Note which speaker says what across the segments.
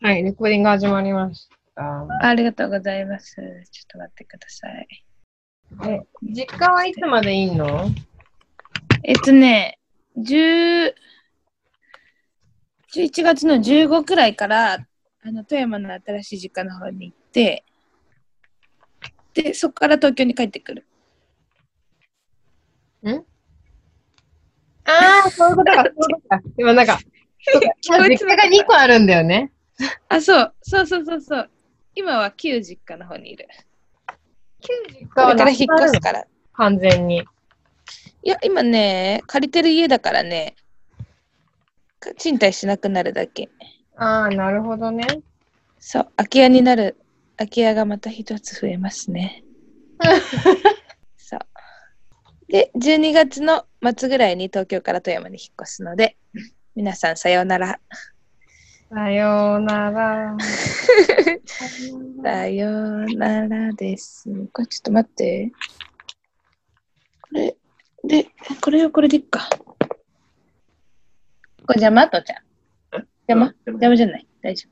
Speaker 1: はい、レコーディング始まりまし
Speaker 2: ありがとうございます。ちょっと待ってください。
Speaker 1: た。え、実家はいつまでいいの
Speaker 2: えっとね、10 11月の15くらいから、あの、富山の新しい実家の方に行って、で、そこから東京に帰ってくる。
Speaker 1: ああ、そういうことか、そういうことか。今なんか、そうか
Speaker 2: 聞こえ
Speaker 1: 実
Speaker 2: て
Speaker 1: 家が2個あるんだよね。
Speaker 2: あ、そう、そうそうそうそう。今は旧実家の方にいる。
Speaker 1: 実
Speaker 2: こ
Speaker 1: 家は
Speaker 2: れ
Speaker 1: な
Speaker 2: から
Speaker 1: く
Speaker 2: 引
Speaker 1: な
Speaker 2: っ
Speaker 1: る
Speaker 2: 越
Speaker 1: の
Speaker 2: すから。
Speaker 1: 完全に。
Speaker 2: いや、今ね、借りてる家だからね、賃貸しなくなるだけ。
Speaker 1: ああ、なるほどね。
Speaker 2: そう、空き家になる、空き家がまた一つ増えますね。そう。で、12月の末ぐらいに東京から富山に引っ越すので、皆さんさようなら。
Speaker 1: さようなら。
Speaker 2: さようならです。これちょっと待って。これ、で、これをこれでいっか。これ邪魔とちゃん。邪魔邪魔じゃない。大丈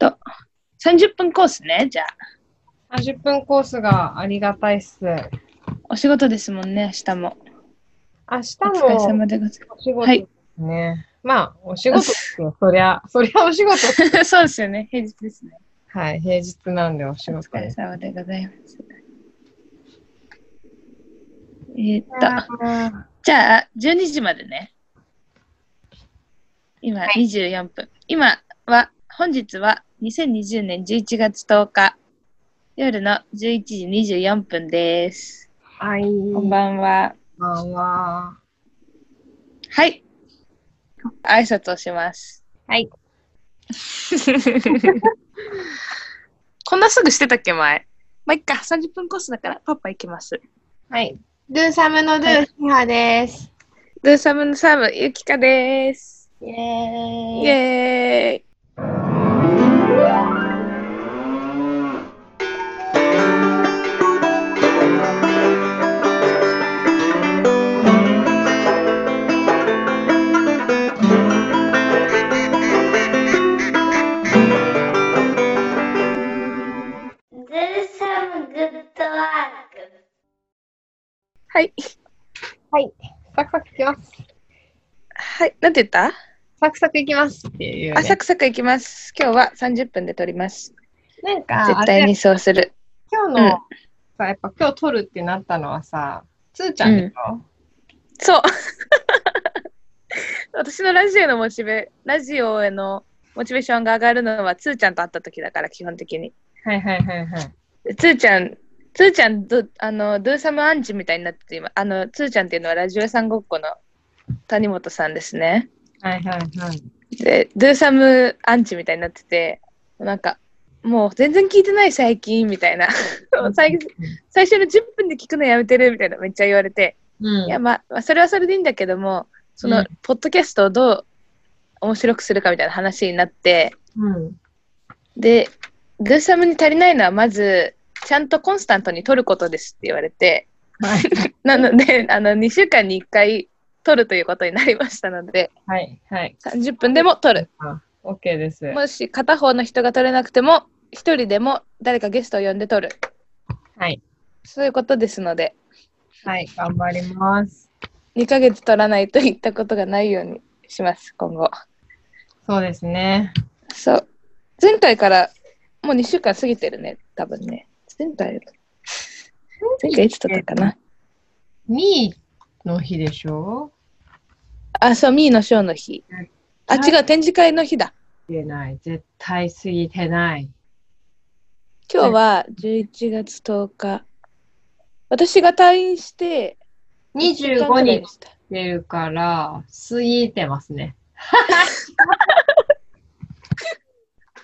Speaker 2: 夫。と、30分コースね、じゃあ。
Speaker 1: 30分コースがありがたいっす。
Speaker 2: お仕事ですもんね、明日も。
Speaker 1: 明日
Speaker 2: お疲れ
Speaker 1: も
Speaker 2: 様でござい
Speaker 1: お仕事
Speaker 2: はい
Speaker 1: ですね。まあ、お仕事ですよ。そりゃ、そりゃお仕事。
Speaker 2: ます。 そうですよね、平日ですね。
Speaker 1: はい、平日なんでお仕
Speaker 2: お
Speaker 1: 事
Speaker 2: 疲れ
Speaker 1: です。
Speaker 2: 様でございます。えーっ
Speaker 1: あ
Speaker 2: と、
Speaker 1: ー
Speaker 2: じゃあ、12時までね。今、24分。今は、本日は2020年11月10日、夜の11時24分です。
Speaker 1: はい、
Speaker 2: こんばんは。
Speaker 1: こんばんは。
Speaker 2: はい。挨拶をします。
Speaker 1: はい。
Speaker 2: こんなすぐしてたっけ、前。まあ、いっか、30分コースだから、パパ行きます。
Speaker 1: はい。ドゥサムのド
Speaker 2: は
Speaker 1: ゥ、シハです。
Speaker 2: ドゥサムのサム、ゆきかです。
Speaker 1: イェ
Speaker 2: イ
Speaker 1: ーイ。
Speaker 2: エーイ。
Speaker 3: Do some good work.
Speaker 2: はい。
Speaker 1: サクサクいきます。
Speaker 2: はい。なんて言った
Speaker 1: サクサクいきますっていう、
Speaker 2: あ、サ
Speaker 1: ね。
Speaker 2: クサクいきます。今日は30分で撮ります。
Speaker 1: なんか、あ
Speaker 2: 絶
Speaker 1: れ
Speaker 2: 対にそうする。
Speaker 1: 今日の、
Speaker 2: うん
Speaker 1: さ、やっぱ今日撮るってなったのはさ、つーちゃんでしょ、
Speaker 2: そう。 私のラジオのモチベ、ラジオへのモチベーションが上がるのは、つーちゃんと会った時だから、基本的に。
Speaker 1: はいはいはいはい。
Speaker 2: でつーちゃん、つーちゃんど、あの、ドゥーサムアンチみたいになってて、今、あの、つーちゃんっていうのはラジオ屋さんごっこの谷本さんですね。
Speaker 1: はいはいはい。
Speaker 2: で、ドゥーサムアンチみたいになってて、なんか、もう全然聞いてない最近みたいな最最初の10分で聞くのやめてるみたいなめっちゃ言われて、
Speaker 1: うん。
Speaker 2: いやまあ、まあそれはそれでいいんだけどもそうの
Speaker 1: ん
Speaker 2: ポッドキャストをどう面白くするかみたいな話になって
Speaker 1: うん。
Speaker 2: でドゥーサムに足りないのはまずちゃんとコンスタントに撮ることですって言われて
Speaker 1: はい。
Speaker 2: なので あの2週間に1回撮るということになりましたので
Speaker 1: はいはい。
Speaker 2: 30分でも撮る
Speaker 1: あ、OK です。
Speaker 2: もし片方の人が撮れなくても1人でも誰かゲストを呼んで撮る
Speaker 1: はい。
Speaker 2: そういうことですので
Speaker 1: はい、頑張ります。
Speaker 2: 2ヶ月撮らないといったことがないようにします今後。
Speaker 1: そうですね。
Speaker 2: そう。前回からもう2週間過ぎてるね、多分ね。前回、前回いつ撮ったかな。
Speaker 1: ミーの日でしょ
Speaker 2: あ、そう、ミーのショーの日。あ、違う、展示会の日
Speaker 1: 過
Speaker 2: だ。
Speaker 1: ぎてない。絶対過ぎてない。
Speaker 2: 今日は11月10日。私が退院して、
Speaker 1: 25日
Speaker 2: でした。
Speaker 1: ってるから、過ぎてますね。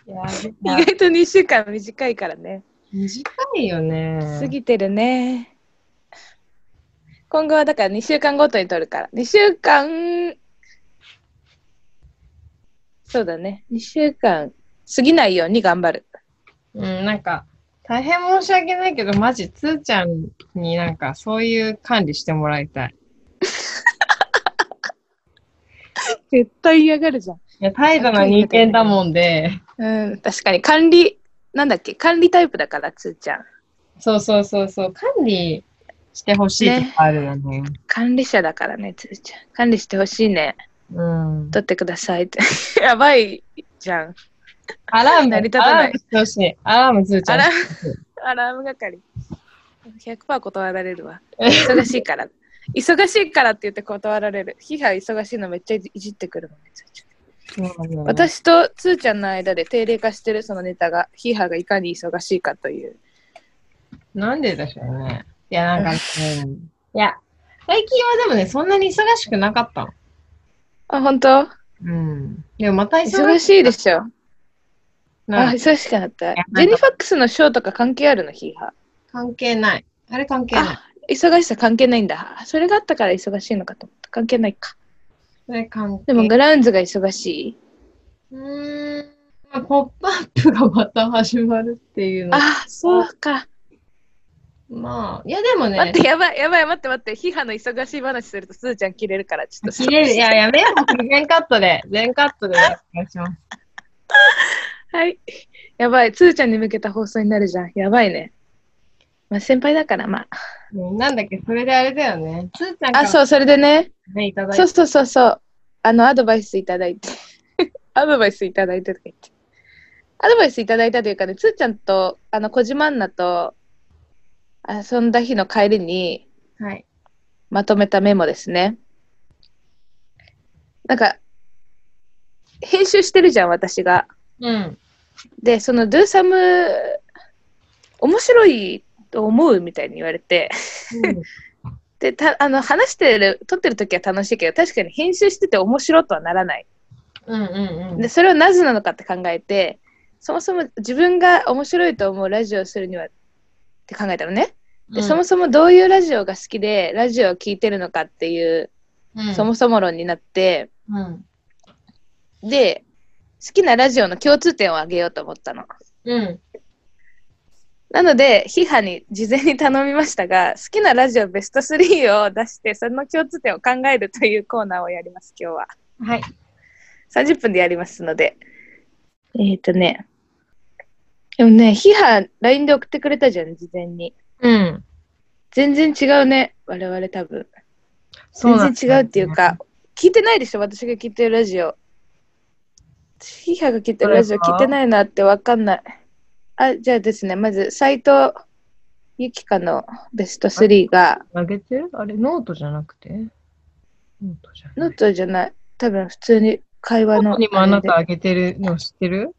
Speaker 1: や
Speaker 2: 意外と2週間短いからね。
Speaker 1: 短いよね。
Speaker 2: 過ぎてるね。今後はだから2週間ごとに撮るから。2週間、そうだね。2週間過ぎないように頑張る。
Speaker 1: うん、なんか、大変申し訳ないけど、マジ、つーちゃんになんか、そういう管理してもらいたい。
Speaker 2: 絶対嫌がるじゃん。
Speaker 1: いや、態度の人間だもんで、
Speaker 2: うん、確かに管理、なんだっけ、管理タイプだから、つーちゃん。
Speaker 1: そうそうそうそう、管理してほしいとかあるよね。
Speaker 2: 管理者だからね、つーちゃん。管理してほしいね。
Speaker 1: うん。
Speaker 2: 取ってくださいって。 やばいじゃん。
Speaker 1: アラーム、
Speaker 2: 成り立た
Speaker 1: ア
Speaker 2: な
Speaker 1: ラー
Speaker 2: い
Speaker 1: ムしてほしい。アラームずーちゃ
Speaker 2: ア
Speaker 1: ん。
Speaker 2: ラアラーム係。100%断られるわ。忙しいから。忙しいからって言って断られる。ヒハ忙しいのめっちゃいじってくるもんね、つーちゃん。
Speaker 1: そうだね、
Speaker 2: 私とつーちゃんの間で定例化してるそのネタがヒーハーがいかに忙しいかという
Speaker 1: なんででしょうね。いや、なんかね、いや、最近はでもね、そんなに忙しくなかったの。
Speaker 2: あ本当
Speaker 1: うん。でもまた忙
Speaker 2: 忙
Speaker 1: し
Speaker 2: しいでし
Speaker 1: く
Speaker 2: ょあ
Speaker 1: なる
Speaker 2: 忙しくなった
Speaker 1: なんか
Speaker 2: ジェニファックスのショーとか関係あるのヒーハ
Speaker 1: 関係ない。あれ関係
Speaker 2: ー
Speaker 1: ない
Speaker 2: あ。忙しさ関係ないんだそれがあったから忙しいのかと思った関係ないか
Speaker 1: それ関係
Speaker 2: でもグラウンズが忙しいう
Speaker 1: ーん。まあポップアップがまた始まるっていうの。
Speaker 2: あそうか
Speaker 1: まあ、いやでも
Speaker 2: 待
Speaker 1: ね
Speaker 2: っ、てやばいやばい待って待ってヒーハーの忙しい話するとつーちゃん切れるからちょっと
Speaker 1: 切れる。いや、やめよう。全カットで。全カットでお願いします。
Speaker 2: はい。やばい。つーちゃんに向けた放送になるじゃん。やばいね。まあ、先輩だから、まあ。
Speaker 1: うんなんだっけ、それであれだよね。つーちゃんか
Speaker 2: あ、
Speaker 1: ら
Speaker 2: そう、それでね。
Speaker 1: ね、いただい
Speaker 2: そう
Speaker 1: て。
Speaker 2: そうそうそう。あの、アドバイスいただいて。 アドバイスいただいてとか言って。アドバイスいただいたというかね、つーちゃんと、あの、小島アンナと遊んだ日の帰りに
Speaker 1: はい。
Speaker 2: まとめたメモですね。なんか、編集してるじゃん、私が。
Speaker 1: うん。
Speaker 2: でその「ドゥサム面白いと思う?」みたいに言われてでたあの話してる撮ってる時は楽しいけど確かに編集してて面白とはならない
Speaker 1: うんうんうん。
Speaker 2: でそれはなぜなのかって考えてそもそも自分が面白いと思うラジオをするにはって考えたのねで、そもそもどういうラジオが好きでラジオを聴いてるのかっていう、
Speaker 1: うん、
Speaker 2: そもそも論になって
Speaker 1: うん。
Speaker 2: で好きなラジオの共通点をあげようと思ったの。
Speaker 1: うん。
Speaker 2: なので、ヒハに事前に頼みましたが、好きなラジオベスト3を出して、その共通点を考えるというコーナーをやります、今日は。
Speaker 1: はい。
Speaker 2: 30分でやりますので。えっ、ー、とね。でもね、ヒハ、LINE で送ってくれたじゃん、事前に。
Speaker 1: うん。
Speaker 2: 全然違うね、我々多分。
Speaker 1: そうなん
Speaker 2: 全
Speaker 1: です
Speaker 2: 然違うっていうか、聞いてないでしょ、私が聞いてるラジオ。ヒハが聞いてるラジオ聞いてないなってわかんない。あ、じゃあですね、まず、斎藤ゆきかのベスト3が、
Speaker 1: あげてるあれ、ノートじゃなくてノートじゃ
Speaker 2: ノ
Speaker 1: ない。
Speaker 2: ートじゃない。多分普通に会
Speaker 1: ノ
Speaker 2: 話
Speaker 1: ー
Speaker 2: の
Speaker 1: トにもあな
Speaker 2: れ
Speaker 1: たあげてるの知ってる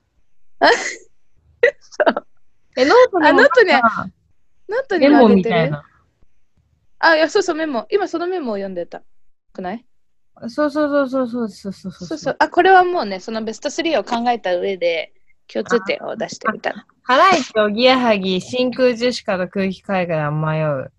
Speaker 1: え、ノート
Speaker 2: あノートに
Speaker 1: にもなんか
Speaker 2: で。ノートに
Speaker 1: メ
Speaker 2: も
Speaker 1: モ
Speaker 2: あげ
Speaker 1: み
Speaker 2: て
Speaker 1: たい
Speaker 2: る。
Speaker 1: な。
Speaker 2: あ、いや、そうそう、メモ。今そのメモを読んでた。くない
Speaker 1: そうそうそうそうそうそうそう。
Speaker 2: そうそう。あ、これはもうね、そのベスト3を考えた上で、共通点を出してみたの。
Speaker 1: ハライチ、おぎやはぎ、真空ジェシカと空気海外は迷う。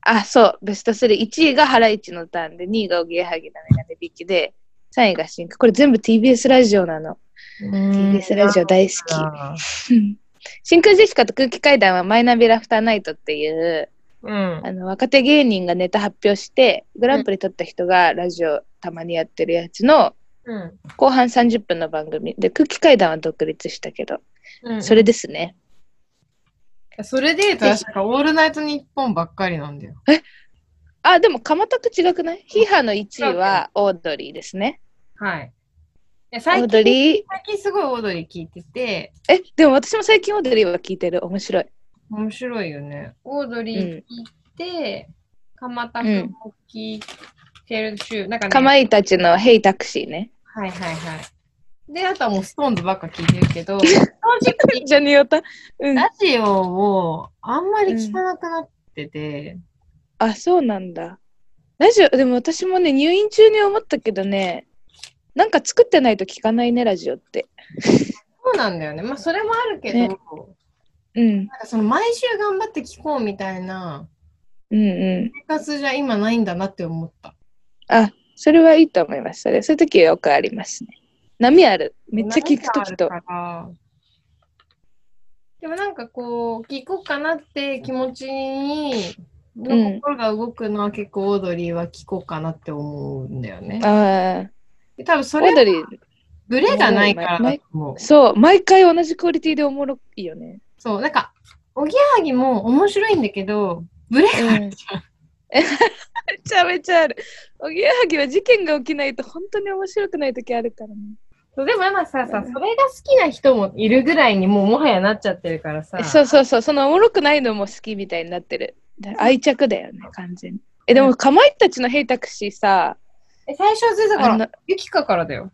Speaker 2: あ、そう、ベスト3。1位がハライチのターンで、2位がおぎやはぎのメガネビきで、3位がシンク。これ全部 TBS ラジオなの。TBS ラジオ大好き。真空ジェシカと空気階段はマイナビラフターナイトっていう、
Speaker 1: うん。
Speaker 2: あの若手芸人がネタ発表してグランプリ取った人がラジオたまにやってるやつの
Speaker 1: うん。
Speaker 2: 後半30分の番組で空気階段は独立したけど
Speaker 1: うん
Speaker 2: それですね
Speaker 1: それで言うと、確かオールナイトニッポンばっかりなんだよ。
Speaker 2: あでも蒲田と違くないヒーハーの1位はオードリーですね
Speaker 1: はい。いや
Speaker 2: オー
Speaker 1: 最
Speaker 2: ド
Speaker 1: 近、
Speaker 2: リー
Speaker 1: 最近すごいオードリー聞いてて、
Speaker 2: えでも私も最近オードリーは聞いてる面白い
Speaker 1: 面白いよね。オードリー聞いて、鎌田くんも聞いてる中、なんかね、
Speaker 2: かまいたちの「ヘイタクシーね
Speaker 1: はいはいはい。で、あとはもうストーンズばっか聞いてるけど、正直、
Speaker 2: ジャニオタうん
Speaker 1: ラジオをあんまり聞かなくなってて、
Speaker 2: あそうなんだラジオでも私もね入院中に思ったけどねなんか作ってないと聞かないねラジオって
Speaker 1: そうなんだよね。まあ、それもあるけど、
Speaker 2: ねうん
Speaker 1: なんかその毎週頑張って聞こうみたいな
Speaker 2: うんう
Speaker 1: 生
Speaker 2: ん
Speaker 1: 活じゃ今ないんだなって思った。
Speaker 2: あ、それはいいと思います。それ、そういう時はよくありますね。波ある。めっちゃ聞く時
Speaker 1: 何。かある
Speaker 2: と
Speaker 1: から。でもなんかこう、聞こうかなって気持ちに、の心が動くのは結構オードリーは聞こうかなって思うんだよね。
Speaker 2: ああ、
Speaker 1: 多分そ
Speaker 2: オー
Speaker 1: れ
Speaker 2: ドリー、
Speaker 1: ブレがないからだと思う。
Speaker 2: そう、毎回同じクオリティでおもろいよね。
Speaker 1: そう、なんか、おぎやはぎも面白いんだけど、ブレがあるじゃん。
Speaker 2: めちゃめちゃある。おぎやはぎは事件が起きないと本当に面白くない時あるからね。
Speaker 1: そうでも今ささ、それが好きな人もいるぐらいにもうもはやなっちゃってるからさ。
Speaker 2: そうそうそう、そのおもろくないのも好きみたいになってる。だ愛着だよね、完全に。え、で
Speaker 1: う
Speaker 2: も、
Speaker 1: ん
Speaker 2: かまいたちのヘイタクシーさ、
Speaker 1: え最初はずだか
Speaker 2: あの
Speaker 1: ら、ゆきかからだよ。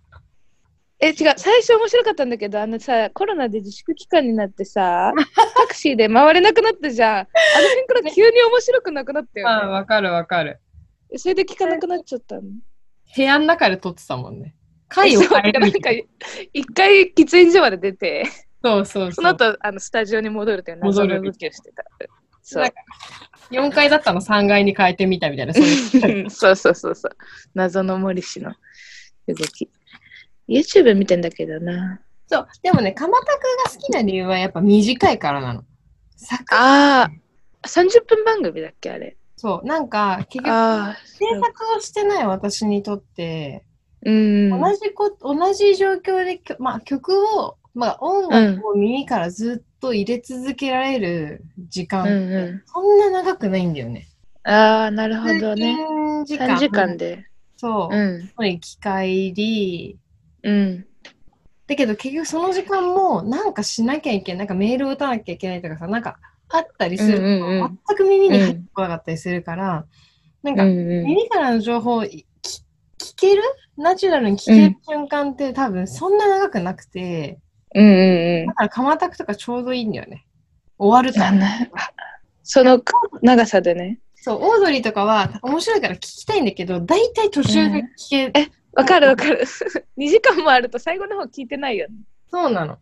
Speaker 2: え、違う、最初面白かったんだけど、あのさ、コロナで自粛期間になって さ、タクシーで回れなくなったじゃん。あの辺から急に面白くなくなった
Speaker 1: ああ、
Speaker 2: よね。
Speaker 1: わかるわかる。
Speaker 2: それで聞かなくなっちゃったの。
Speaker 1: 部屋の中で撮ってたもんね。回を変える
Speaker 2: なん
Speaker 1: み
Speaker 2: か
Speaker 1: たい
Speaker 2: 一回喫煙所まで出て
Speaker 1: な。そうそう
Speaker 2: そ
Speaker 1: そ
Speaker 2: の
Speaker 1: う。
Speaker 2: 後あのスタジオに戻るという謎の動きをしてたそう
Speaker 1: なんか4階だったの3階に変えてみたみたいな。そういう
Speaker 2: そうそうそうそう謎の森氏の動き YouTube 見てんだけどな
Speaker 1: そう。でもね、鎌田くんが好きな理由はやっぱ短いからなの。サクッ
Speaker 2: ああ30分番組だっけあれ
Speaker 1: そう。なんか、結局、
Speaker 2: ああ
Speaker 1: 制作をしてない私にとって、
Speaker 2: うん
Speaker 1: 同じこ同じ状況できょ、まあ、曲を、まあ、音楽を耳からずっと入れ続けられる時間、
Speaker 2: うんう
Speaker 1: そんな長くないんだよね。
Speaker 2: んああなるほどね
Speaker 1: 3時間
Speaker 2: 3時間で
Speaker 1: そう。
Speaker 2: うん
Speaker 1: の行き帰り。
Speaker 2: うん
Speaker 1: だけど結局その時間もなんかしなきゃいけない。なんかメールを打たなきゃいけないとかさ、なんかあったりすると、
Speaker 2: うんうんうん
Speaker 1: 全く耳に入ってこなかったりするから、
Speaker 2: うん
Speaker 1: なんか
Speaker 2: う
Speaker 1: 耳からの情報をいき聞けるナチュラルに聞ける瞬間って多分そんな長くなくて、
Speaker 2: んうん
Speaker 1: だから鎌田くとかちょうどいいんだよね。終わる
Speaker 2: あ
Speaker 1: と。
Speaker 2: なその長さでね
Speaker 1: そう、オードリーとかは面白いから聞きたいんだけど、大体途中で聞ける。
Speaker 2: えわかるわかる2時間もあると最後の方聞いてないよね
Speaker 1: そうなの。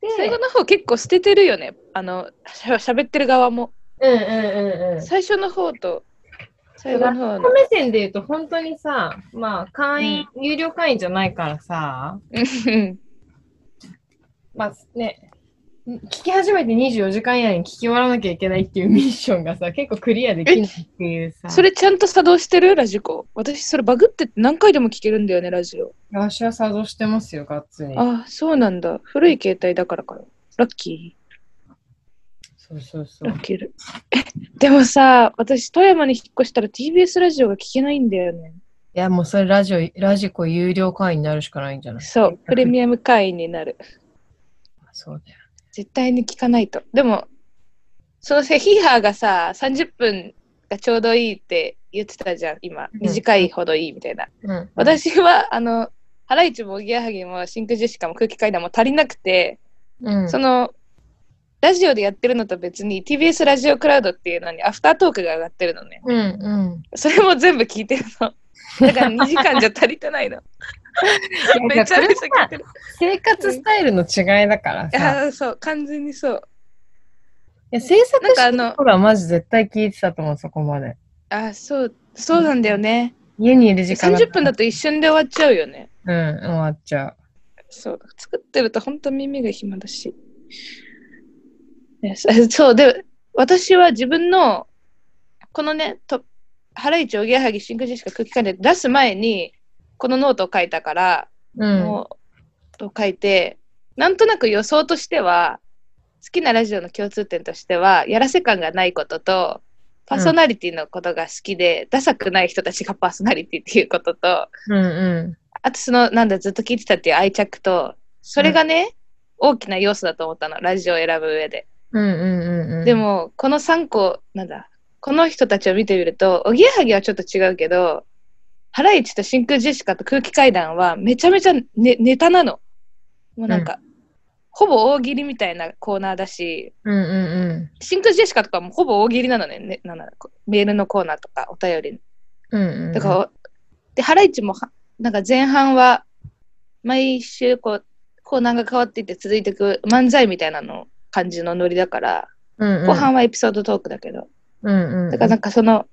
Speaker 1: で、
Speaker 2: 最後の方結構捨ててるよねあのしゃしゃべってる側も
Speaker 1: うんうんうんうん。
Speaker 2: 最初の方と最後の方
Speaker 1: 子
Speaker 2: の
Speaker 1: 目線で言うと本当にさ、まあ会員、有料会員じゃないからさ、
Speaker 2: うん
Speaker 1: まあね、聞き始めて24時間以内に聞き終わらなきゃいけないっていうミッションがさ、結構クリアできないっていうさ、
Speaker 2: それちゃんと作動してるラジコ私それバグって何回でも聞けるんだよねラジオ
Speaker 1: 私は作動してますよ、がっつり。
Speaker 2: あそうなんだ古い携帯だからかなラッキ
Speaker 1: そうそうそ
Speaker 2: ーラッ
Speaker 1: う。
Speaker 2: キーえ でもさ私富山に引っ越したら TBS ラジオが聞けないんだよね
Speaker 1: いや、もうそれラジオ、ラジコ有料会員になるしかないんじゃない
Speaker 2: そうプレミアム会員になる
Speaker 1: そうだよ。
Speaker 2: 絶対に聞かないとでもそのセヒハーがさ30分がちょうどいいって言ってたじゃん今
Speaker 1: ん
Speaker 2: 短いほどいいみたいな、
Speaker 1: うん、
Speaker 2: 私はあのハライチもおぎやはぎも真空ジェシカも空気階段も足りなくて、
Speaker 1: うん、
Speaker 2: そのラジオでやってるのと別に TBS ラジオクラウドっていうのにアフタートークが上がってるのね
Speaker 1: うん、うん。
Speaker 2: それも全部聞いてる のだから2時間じゃ足りてないのめちゃめちゃ聞いてる
Speaker 1: 生活スタイルの違いだから
Speaker 2: い
Speaker 1: さ、い
Speaker 2: やそう完全にそう
Speaker 1: や制作
Speaker 2: なん
Speaker 1: し
Speaker 2: かあ
Speaker 1: て
Speaker 2: の
Speaker 1: る頃はマジ絶対聞いてたと思う、そこまで。
Speaker 2: あそうそうなんだよね
Speaker 1: 家にいる時間
Speaker 2: 30分だと一瞬で終わっちゃうよね
Speaker 1: うん、終わっちゃ
Speaker 2: そう作ってると本当耳が暇だし。ねそ そうで私は自分のこのねとハライチおぎやはぎ真空ジェシカ空気感で出す前にこのノートを書いたから、
Speaker 1: う。うん。
Speaker 2: ノートを書いてなんとなく予想としては好きなラジオの共通点としてはやらせ感がないこととパーソナリティのことが好きで、ダサくない人たちがパーソナリティっていうことと、
Speaker 1: うんう
Speaker 2: あとそのなんだずっと聞いてたっていう愛着とそれがね、大きな要素だと思ったのラジオを選ぶ上で、
Speaker 1: ん。うんうんうんうん。
Speaker 2: で、もこの3個なんだこの人たちを見てみるとおぎやはぎはちょっと違うけどハライチと真空ジェシカと空気階段はめちゃめちゃ、ね、ネタなのもうなんか、ほぼ大喜利みたいなコーナーだし
Speaker 1: うんう
Speaker 2: 真空ジェシカとかもほぼ大喜利なのねねなんだこメールのコーナーとかお便りの
Speaker 1: んうん。うんうん。
Speaker 2: だから、で、ハライチもは、なんか前半は、毎週こう、コーナーが変わっていって続いていく漫才みたいなの感じのノリだから、
Speaker 1: うんうん、
Speaker 2: 後半はエピソードトークだけど、
Speaker 1: うんうん。
Speaker 2: だからなんかその、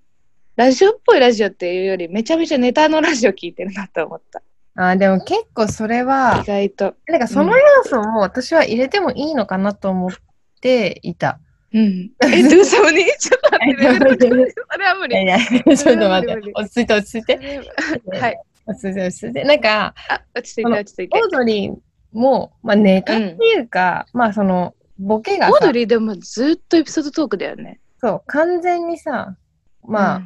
Speaker 2: ラジオっぽいラジオっていうより、めちゃめちゃネタのラジオ聞いてるなと思った。
Speaker 1: あーでも結構それは
Speaker 2: 意、外と。
Speaker 1: なんかその要素も私は入れてもいいのかなと思ってい た。
Speaker 2: うん。え、ドゥーサムに ちょっと待って、レベル
Speaker 1: い
Speaker 2: それは無
Speaker 1: や
Speaker 2: 理。
Speaker 1: いや、ちょっと待っ
Speaker 2: 無理無
Speaker 1: て
Speaker 2: 理。
Speaker 1: 落ち着いて落ち着い
Speaker 2: そ
Speaker 1: て。
Speaker 2: れははい。
Speaker 1: あすで素でなんか、
Speaker 2: あ、落ち着いた、落ち着いた
Speaker 1: オ。ードリーも、まあ、ネタっていうか、まあ、その、ボケが
Speaker 2: オード
Speaker 1: さ、
Speaker 2: リーでもずっとエピソードトークだよね。
Speaker 1: そう、完全にさ、まあ、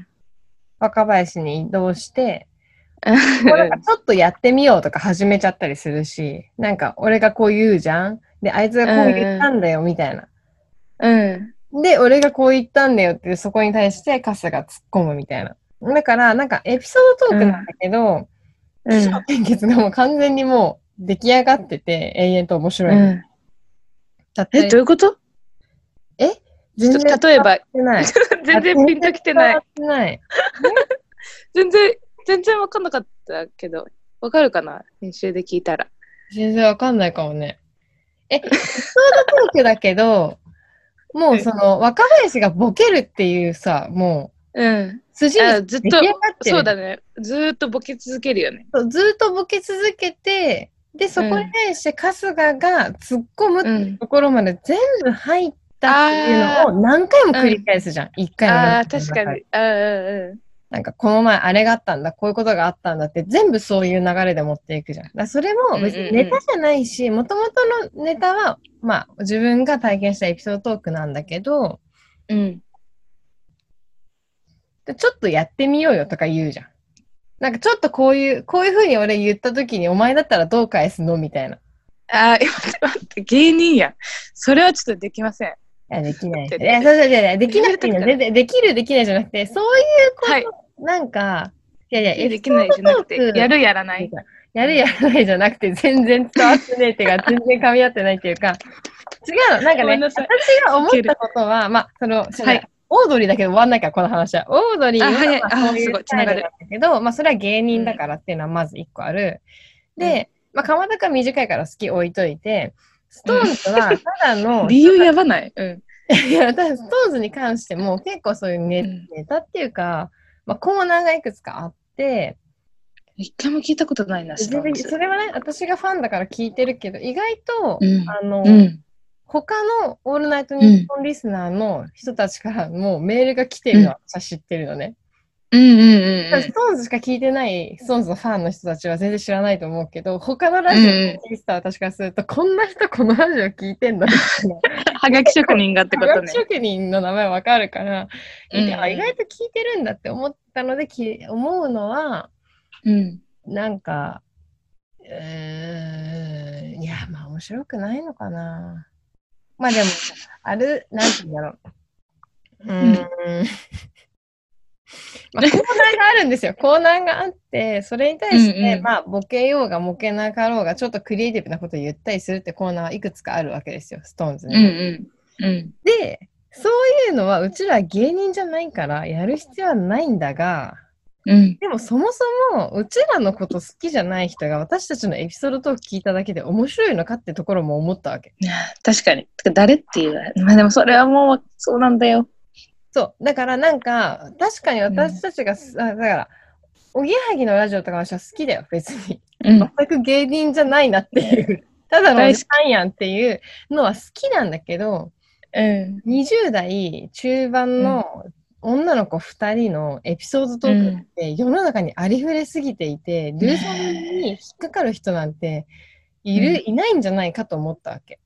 Speaker 1: 若林に移動して、
Speaker 2: うん、
Speaker 1: もうなんかちょっとやってみようとか始めちゃったりするし、なんか俺がこう言うじゃん。で、あいつがこう言ったんだよみたいな。
Speaker 2: うん。
Speaker 1: で、俺がこう言ったんだよってそこに対して春日が突っ込むみたいな。だから、なんかエピソードトークなんだけど、
Speaker 2: うん
Speaker 1: 起承転結がもう完全にもう出来上がってて、永遠と面白い。
Speaker 2: うん、
Speaker 1: だっ
Speaker 2: え、
Speaker 1: て
Speaker 2: どういうこと
Speaker 1: 全然
Speaker 2: 例えば、
Speaker 1: 伝 わってない。
Speaker 2: 全然ピンときてな
Speaker 1: 伝わ
Speaker 2: い
Speaker 1: っ。てない。
Speaker 2: 全然、全然わかんなかったけど、わかるかな編集で聞いたら。
Speaker 1: 全然わかんないかもね。え、 エピソードトークだけど、もうその若林がボケるっていうさ、も
Speaker 2: うん
Speaker 1: う。筋
Speaker 2: あ
Speaker 1: に
Speaker 2: ずっ
Speaker 1: 出
Speaker 2: と
Speaker 1: 来上がってる
Speaker 2: そうだね。ずーっとボケ続けるよね。
Speaker 1: そうずっとボケ続けて、で、そこに対して春日が突っ込むっていう
Speaker 2: うん。
Speaker 1: ところまで全部入ったっていうのを何回も繰り返すじゃん。一、回の
Speaker 2: あ
Speaker 1: や
Speaker 2: あ、
Speaker 1: つの
Speaker 2: 確
Speaker 1: 中
Speaker 2: か
Speaker 1: で
Speaker 2: に。あーうん
Speaker 1: なんかこの前あれがあったんだ、こういうことがあったんだって全部そういう流れで持っていくじゃん。だからそれも別にネタじゃないし、もともとのネタは、まあ自分が体験したエピソードトークなんだけど、
Speaker 2: うん。うん。
Speaker 1: でちょっとやってみようよとか言うじゃん。なんかちょっとこういう、こういうふうに俺言った時にお前だったらどう返すのみたいな。い
Speaker 2: ああ、 待って待って、芸人やん。それはちょっとできません。
Speaker 1: や、できない。い
Speaker 2: だって
Speaker 1: や、そうそうそう。できないっていうのは
Speaker 2: 言
Speaker 1: 全然、できる、できないじゃなくて、そうい
Speaker 2: はい。
Speaker 1: う、なんか、いやいや、エ
Speaker 2: で
Speaker 1: ピ
Speaker 2: き
Speaker 1: ソー
Speaker 2: ない
Speaker 1: ド
Speaker 2: じゃなく
Speaker 1: トーク
Speaker 2: て、やるやらない。
Speaker 1: やるやらないじゃなくて、 全然伝わってねえっていうか、全然噛み合ってないっていうか、違うの、なんか
Speaker 2: ごめ
Speaker 1: ね、
Speaker 2: んなさい
Speaker 1: 私が思ったことは、まあ、その、
Speaker 2: はい
Speaker 1: オードリーだけど終わんないから、この話は。オードリーは、
Speaker 2: あはい
Speaker 1: まあ、
Speaker 2: あ
Speaker 1: そうい
Speaker 2: す
Speaker 1: う
Speaker 2: ごい
Speaker 1: スタイル
Speaker 2: つなが
Speaker 1: なん
Speaker 2: る
Speaker 1: だけど、まあ、それは芸人だからっていうのはまず一個ある。で、まあ、鎌田君は短いから好き置いといて、ストーンズは、ただの、
Speaker 2: 理由やばない。うん。
Speaker 1: いや、ただストーンズに関しても、結構そういうネ,、
Speaker 2: うん
Speaker 1: ネタっていうか、まあ、コーナーがいくつかあって、
Speaker 2: 一回も聞いたことないな、スト
Speaker 1: 全
Speaker 2: ーン
Speaker 1: 然
Speaker 2: ズ
Speaker 1: それはね私がファンだから聞いてるけど意外と、
Speaker 2: うん。
Speaker 1: あの、
Speaker 2: うん。
Speaker 1: 他の「オールナイトニッポン」リスナーの人たちからもメールが来てるのは私は知ってるのね。
Speaker 2: うんうん
Speaker 1: だか
Speaker 2: う
Speaker 1: ら
Speaker 2: ん
Speaker 1: ストーンズしか聞いてないストーンズのファンの人たちは全然知らないと思うけど他のラジオのリスナー私からすると、こんな人このラジオ聞いてんだみたいな。
Speaker 2: うん。はがき職人がってこ
Speaker 1: 科
Speaker 2: と
Speaker 1: 学
Speaker 2: ね。
Speaker 1: 職人の名前わかるから、
Speaker 2: うん
Speaker 1: 見てあ意外と聞いてるんだって思ったのでき思うのは
Speaker 2: うん。
Speaker 1: なんか、うーん、いや、まあ面白くないのかな。まあでも、ある、なんて言うんだろう。うーん。まあ、コーナーがあるんですよ。コーナーがあって、それに対して、
Speaker 2: うんうん
Speaker 1: まあ、ボケようがボケなかろうが、ちょっとクリエイティブなことを言ったりするってコーナーはいくつかあるわけですよ、ストーンズ
Speaker 2: う
Speaker 1: に
Speaker 2: ん。うん。うん。
Speaker 1: で、そういうのは、うちら芸人じゃないから、やる必要はないんだが、
Speaker 2: うん。
Speaker 1: でもそもそもうちらのこと好きじゃない人が私たちのエピソードトーク聞いただけで面白いのかってところも思ったわけ。
Speaker 2: 確かに。てか誰っていう。まあでもそれはもうそうなんだよ。
Speaker 1: そうだからなんか確かに私たちが、あだからおぎやはぎのラジオとかの話は好きだよ別に
Speaker 2: うん。
Speaker 1: 全く芸人じゃないなっていうただのお
Speaker 2: 大
Speaker 1: じ
Speaker 2: 好き
Speaker 1: さんやんっていうのは好きなんだけど
Speaker 2: うん。
Speaker 1: 20代中盤の女の子2人のエピソードトークって世の中にありふれすぎていて、ルーさんに引っかかる人なんている、
Speaker 2: うん
Speaker 1: いないんじゃないかと思ったわけ。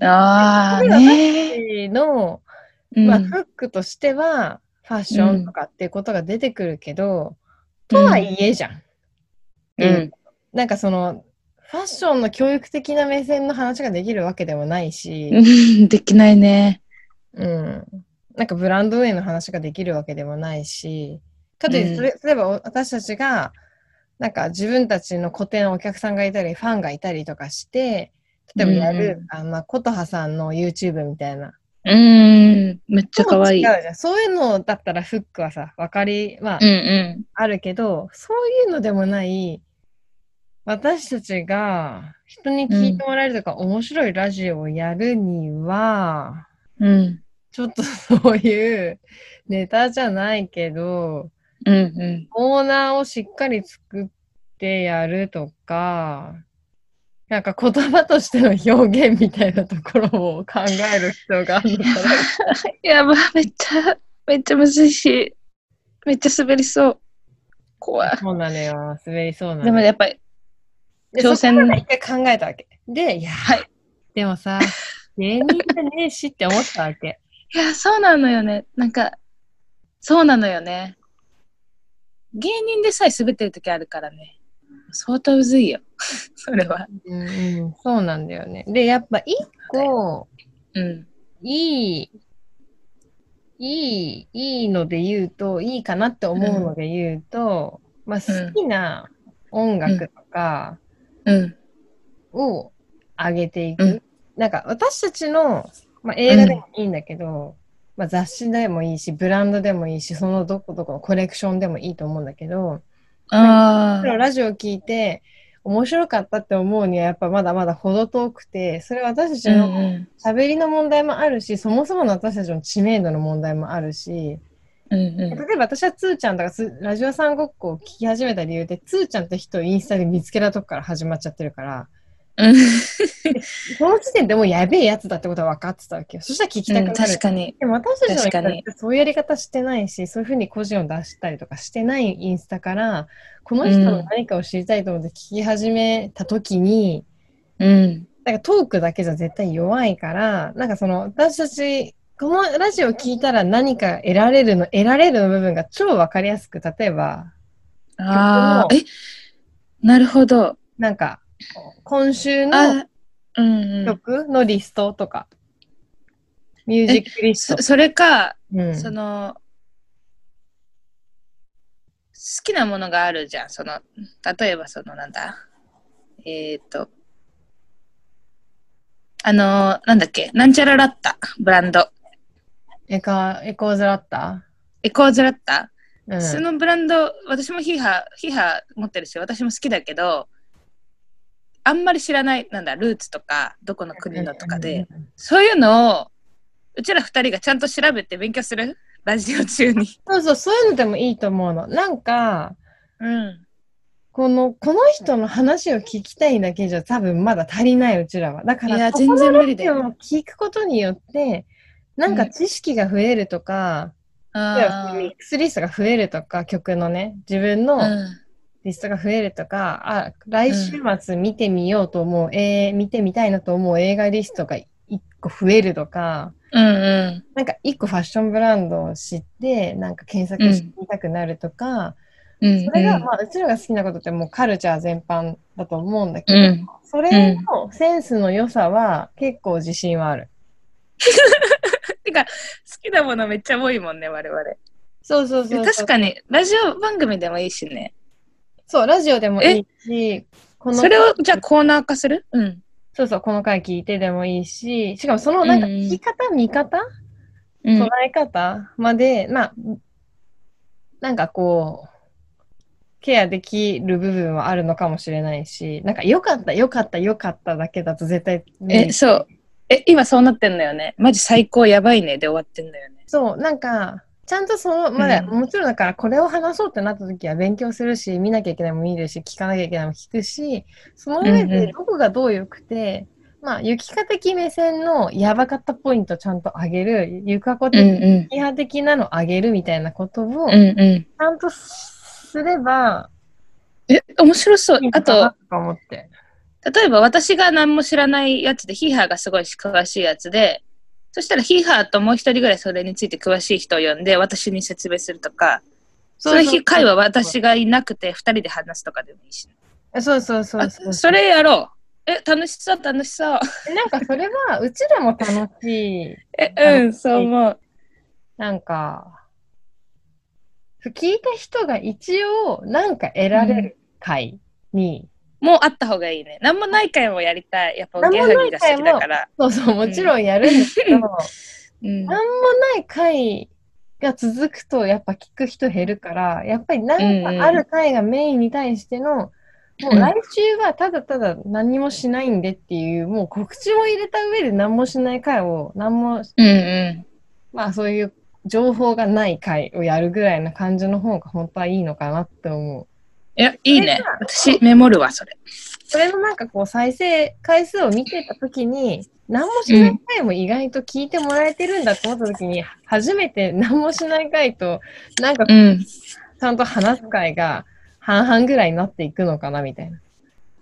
Speaker 2: ああ、
Speaker 1: 私
Speaker 2: ね
Speaker 1: の、
Speaker 2: うん
Speaker 1: まあ、フックとしてはファッションとかっていうことが出てくるけど、とはいえじゃん。
Speaker 2: うん。
Speaker 1: なんかそのファッションの教育的な目線の話ができるわけでもないし、
Speaker 2: うん。できないね。
Speaker 1: うん、なんかブランド運営の話ができるわけでもないしかといってそれ例えばお私たちがなんか自分たちの個展お客さんがいたりファンがいたりとかして例えばやる、あまあ、琴葉さんの YouTube みたいな
Speaker 2: うん。めっちゃ可愛い。
Speaker 1: とも
Speaker 2: う
Speaker 1: 違うじゃんそういうのだったらフックはさ分かりは
Speaker 2: んう
Speaker 1: あるけど、そういうのでもない私たちが人に聞いてもらえるとか、面白いラジオをやるには。
Speaker 2: ん。うん。
Speaker 1: ちょっとそういうネタじゃないけど、
Speaker 2: うんうん。
Speaker 1: コーナーをしっかり作ってやるとか、なんか言葉としての表現みたいなところを考える必要があるのかな。
Speaker 2: やば、めっちゃ、めっちゃむずいし、めっちゃ滑りそう。怖い。
Speaker 1: そうなのよ。滑りそうなの。
Speaker 2: でもやっぱり、
Speaker 1: で
Speaker 2: 挑戦
Speaker 1: そこから一回考えたわけ。で、いや、
Speaker 2: はい。
Speaker 1: でも さ、芸人じゃねえしって思ったわけ。
Speaker 2: いや、そうなのよね。なんか、そうなのよね。芸人でさえ滑ってる時あるからね。相当うずいよ。 それは。
Speaker 1: うん、うん、そうなんだよね。で、やっぱ一個、
Speaker 2: うん。
Speaker 1: いい、いい、いいので言うと、いいかなって思うので言うと、まあ好きな音楽とか
Speaker 2: うん。
Speaker 1: を上げていく。
Speaker 2: うん
Speaker 1: なんか私たちの、まあ、映画でもいいんだけど、まあ、雑誌でもいいし、ブランドでもいいし、そのどこどこのコレクションでもいいと思うんだけど、
Speaker 2: ああ。
Speaker 1: ラジオ聞いて面白かったって思うにはやっぱまだまだ程遠くてそれは私たち
Speaker 2: うん
Speaker 1: の
Speaker 2: うん
Speaker 1: 喋りの問題もあるし、そもそもの私たちの知名度の問題もあるし
Speaker 2: うん
Speaker 1: 例
Speaker 2: う
Speaker 1: えば私はつーちゃんとかつラジオさんごっこを聞き始めた理由でつーちゃんって人をインスタで見つけたとこから始まっちゃってるから
Speaker 2: ん。うん
Speaker 1: その時点でもうやべえやつだってことは分かってたわけよそしたら聞きたくなる、
Speaker 2: うん確かに。
Speaker 1: でも私たちの
Speaker 2: 確
Speaker 1: インス
Speaker 2: か
Speaker 1: タっ
Speaker 2: に
Speaker 1: てそういうやり方してないし、そういうふうに個人を出したりとかしてないインスタから、この人の何かを知りたいと思って聞き始めた時に、
Speaker 2: うん。
Speaker 1: なんかトークだけじゃ絶対弱いから、なんかその私たち、このラジオ聞いたら何か得られるの、得られるの部分が超わかりやすく、例えば、
Speaker 2: ああ。えなるほど。
Speaker 1: なんか、今週の
Speaker 2: あうんうん。
Speaker 1: 曲のリストとか、ミュージックリス
Speaker 2: そ
Speaker 1: ト。
Speaker 2: それか、
Speaker 1: うん
Speaker 2: その、好きなものがあるじゃん。その、例えばその、なんだえっ、と、あのーなんだっけなんちゃらラッタ、ブランド。
Speaker 1: エカ、エコーズラッタ
Speaker 2: エコーズラッタ。
Speaker 1: うん
Speaker 2: そのブランド、私もヒーハー、ヒーハー持ってるし、私も好きだけど、あんまり知らない、なんだ、ルーツとか、どこの国のとかで、そういうのを、うちら二人がちゃんと調べて勉強するラジオ中に。
Speaker 1: そうそう、そういうのでもいいと思うの。なんか、
Speaker 2: うん。
Speaker 1: この、この人の話を聞きたいだけじゃ多分まだ足りないうちらは。だか
Speaker 2: い
Speaker 1: ら、
Speaker 2: や、
Speaker 1: ここ
Speaker 2: 全
Speaker 1: の
Speaker 2: 然無理だ
Speaker 1: 人
Speaker 2: よ。
Speaker 1: を聞くことによって、なんか知識が増えるとか、
Speaker 2: あ
Speaker 1: ミックスリストが増えるとか、曲のね、自分
Speaker 2: あ、
Speaker 1: の
Speaker 2: うん
Speaker 1: リストが増えるとか、あ、来週末見てみようと思う、えー見てみたいなと思う映画リストが一個増えるとか、
Speaker 2: うん
Speaker 1: なんか一個ファッションブランドを知って、なんか検索してみたくなるとか、
Speaker 2: うん。うん
Speaker 1: それが、まあ、うちらが好きなことってもうカルチャー全般だと思うんだけ
Speaker 2: う
Speaker 1: ど、
Speaker 2: ん。
Speaker 1: それのセンスの良さは結構自信はある。
Speaker 2: てか、好きなものめっちゃ多いもんね、我々。
Speaker 1: そうそうそうそう。
Speaker 2: 確かに、ラジオ番組でもいいしね。
Speaker 1: そう、ラジオでもいいし、この
Speaker 2: それを、じゃあコーナー化するうん。
Speaker 1: そうそう、この回聞いてでもいいし、しかもそのなんか
Speaker 2: うん
Speaker 1: 聞き方、見方、
Speaker 2: うん
Speaker 1: 捉え方まで、まあ、なんかこう、ケアできる部分はあるのかもしれないし、なんか良かった、良かった、良かっただけだと絶対無理
Speaker 2: え、そう。え、今そうなってんのよね。マジ最高やばいねで終わってんのよね。
Speaker 1: そう、なんか、ちゃんとその、まだ、
Speaker 2: うん
Speaker 1: もちろんだから、これを話そうってなった時は勉強するし、見なきゃいけないも見るし、聞かなきゃいけないも聞くし、その上
Speaker 2: うんう
Speaker 1: で
Speaker 2: ん
Speaker 1: どこがどう良くて、まあ、ゆきか的目線のやばかったポイントちゃんと上げる、ゆかこ
Speaker 2: うん
Speaker 1: 的、
Speaker 2: う
Speaker 1: 批判的なの上げるみたいなことを、
Speaker 2: ん。
Speaker 1: ち
Speaker 2: うんう
Speaker 1: ゃんとすれば、
Speaker 2: ん。え、面白そう
Speaker 1: いい。の
Speaker 2: あ
Speaker 1: かな
Speaker 2: と、
Speaker 1: とか思って。
Speaker 2: 例えば私が何も知らないやつで、ヒーハーがすごい詳しいやつで、そしたらヒーハーともう一人ぐらいそれについて詳しい人を呼んで、私に説明するとか、その日会は私がいなくて二人で話すとかでもいいし。
Speaker 1: そうそうそう
Speaker 2: あ
Speaker 1: そう。
Speaker 2: それやろう。え、楽しそう、楽 しそう。
Speaker 1: なんかそれは、うちらも楽しい。
Speaker 2: え、うん、そう思う。
Speaker 1: なんか、聞いた人が一応なんか得られる回に、
Speaker 2: もうあった方がいいね。なんもない回もやりたい。やっぱお
Speaker 1: なん
Speaker 2: ぎ
Speaker 1: もな
Speaker 2: や
Speaker 1: い
Speaker 2: はぎが好きだから。
Speaker 1: そうそう、もちろんやるんですけど、
Speaker 2: うん
Speaker 1: な
Speaker 2: うん。
Speaker 1: んい回が続くとやっぱ聞く人減るから、やっぱりなんかある回がメインに対しての、もう来週はただただ何もしないんでっていう、もう告知を入れた上で何もしない回を、何も、
Speaker 2: うんう
Speaker 1: まあそういう情報がない回をやるぐらいな感じの方が本当はいいのかなって思う。
Speaker 2: ん。いや、いい
Speaker 1: それ
Speaker 2: ね
Speaker 1: が。
Speaker 2: 私、メモるわ、それ。
Speaker 1: それのなんかこう再生回数を見てた時に何もしない回も意外と聞いてもらえてるんだと思った時に、初めて何もしない回となんか
Speaker 2: うん。
Speaker 1: ちゃんと話す回が半々ぐらいになっていくのかなみたいな。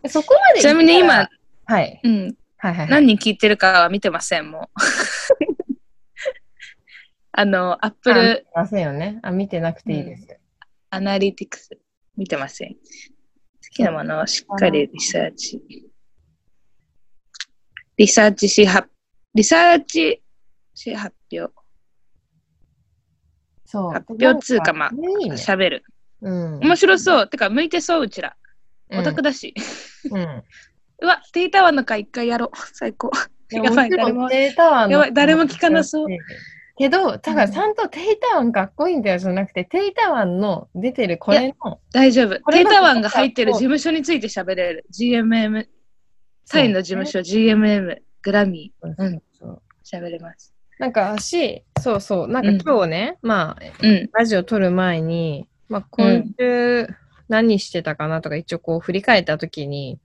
Speaker 1: でそこまで
Speaker 2: ちなみに
Speaker 1: 行ったら
Speaker 2: 今、、
Speaker 1: はい、
Speaker 2: うん、
Speaker 1: はいはいはい。
Speaker 2: 何人聞いてるかは見てません、も う。あの、アップル
Speaker 1: あ見てませんよね。あ、見てなくていいです。
Speaker 2: アナリティクス見てません。好きなものをしっかりリサーチ。リサーチし、はリサーチし発表。
Speaker 1: そう。
Speaker 2: 発表っつうかまあ
Speaker 1: なんいいね。
Speaker 2: 喋る。
Speaker 1: うん。
Speaker 2: 面白そう。てか、向いてそう、うちら。オタクだし。
Speaker 1: うんうん
Speaker 2: うわ、テイタワーの回一回やろう。最高。
Speaker 1: で
Speaker 2: やば
Speaker 1: も
Speaker 2: い
Speaker 1: ちろん
Speaker 2: 誰も
Speaker 1: テイタワーの
Speaker 2: やばい誰も聞かなそう。
Speaker 1: けど、だからちゃんとテイタワンかっこいいんだよじゃなくて、テイタワンの出てるこれの、
Speaker 2: 大丈夫。
Speaker 1: こ
Speaker 2: テ
Speaker 1: れ
Speaker 2: イ
Speaker 1: まで
Speaker 2: タワンが入ってる事務所について喋れる。GMM。タイの事務所、GMM。グラミ
Speaker 1: そう
Speaker 2: う
Speaker 1: そ
Speaker 2: ん
Speaker 1: うそう
Speaker 2: ー。喋れます。
Speaker 1: なんか足、そうそう、なんか
Speaker 2: うん
Speaker 1: 今日ね、まあ、
Speaker 2: うん。
Speaker 1: ラジオ撮る前に、まあ、今週何してたかなとか一応こう振り返った時に、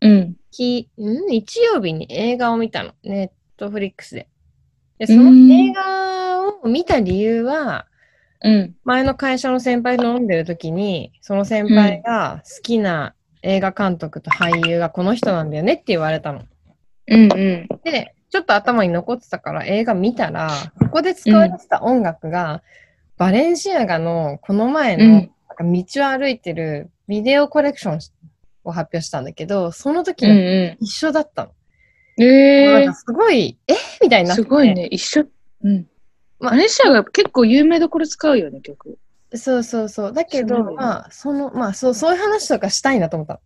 Speaker 2: うん。
Speaker 1: きん日曜日に映画を見たの、ネットフリックスで。で、
Speaker 2: う
Speaker 1: そ
Speaker 2: ん
Speaker 1: の映画を見た理由は、
Speaker 2: うん。
Speaker 1: 前の会社の先輩と飲んでる時に、その先輩が好きな映画監督と俳優がこの人なんだよねって言われたの。
Speaker 2: うん。うん。
Speaker 1: で、ちょっと頭に残ってたから映画見たら、ここで使われてた音楽が、バレンシアガのこの前の、
Speaker 2: うん
Speaker 1: なんか道を歩いてるビデオコレクションを発表したんだけど、その時が
Speaker 2: う
Speaker 1: 一緒だったの。
Speaker 2: ん。
Speaker 1: な
Speaker 2: え
Speaker 1: んかすごい、えみたいになって。
Speaker 2: すごい。ね。一緒。うん。
Speaker 1: まあ
Speaker 2: マレーシアが結構有名どころ使うよね、曲。
Speaker 1: そうそうそう。だけ
Speaker 2: そう
Speaker 1: ど、
Speaker 2: なのよ
Speaker 1: まあ、その、まあ、そう、そういう話とかしたいなと思ったの。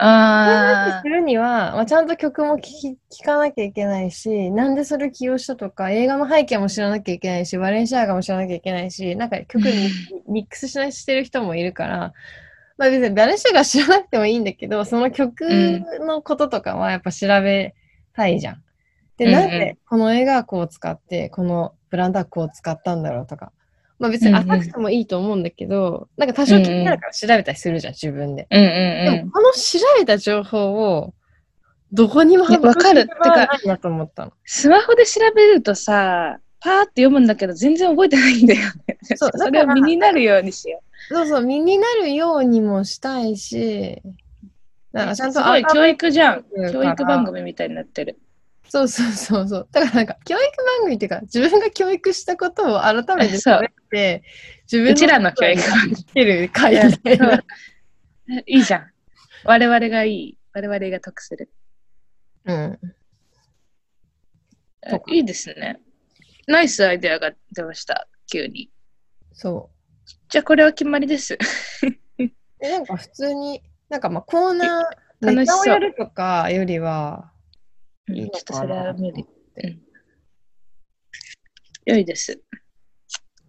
Speaker 1: そういう話
Speaker 2: あ
Speaker 1: するには、まあ、ちゃんと曲も聴き聴かなきゃいけないし、なんでそれ起用したとか、映画の背景も知らなきゃいけないし、バレンシアガも知らなきゃいけないし、なんか曲にミックスしないしてる人もいるから、まあ別にバレンシアガ知らなくてもいいんだけど、その曲のこととかはやっぱ調べたいじゃん。で、
Speaker 2: うんうん
Speaker 1: なんでこの映画はこう使って、このブランドはこう使ったんだろうとか。まあ別に浅くてもいいと思うんだけど、なんか多少気になるから調べたりするじゃん、自分で。
Speaker 2: あ。うん
Speaker 1: でも、この調べた情報を、どこにも
Speaker 2: いやわかる
Speaker 1: てか、ないなと思ったの。
Speaker 2: スマホで調べるとさ、パーって読むんだけど、全然覚えてないんだよね。
Speaker 1: そう
Speaker 2: それを身になるようにしよ
Speaker 1: そうそう、身になるようにもしたいし、
Speaker 2: う。
Speaker 1: なんかちゃんと
Speaker 2: すごい教育じゃん。
Speaker 1: うん
Speaker 2: 教育番組みたいになってる。
Speaker 1: そうそうそうそう。だからなんか、教育番組っていうか、自分が教育したことを改めて
Speaker 2: そう
Speaker 1: 喋って、自分
Speaker 2: うちらの教育番組。
Speaker 1: 生きてる会みたいな。
Speaker 2: いいじゃん。我々がいい。我々が得する。
Speaker 1: うん。
Speaker 2: あ
Speaker 1: そうか
Speaker 2: いいですね。ナイスアイデアが出ました。急に。
Speaker 1: そ
Speaker 2: じゃあこれは決まりです。
Speaker 1: う。で、なんか普通に、なんかまあコーナー、
Speaker 2: 楽
Speaker 1: ネ
Speaker 2: しそう
Speaker 1: タをやるとかよりは、
Speaker 2: うん
Speaker 1: いいの
Speaker 2: ちょっと
Speaker 1: か
Speaker 2: それ
Speaker 1: な
Speaker 2: は無理
Speaker 1: と。
Speaker 2: うん。良いです。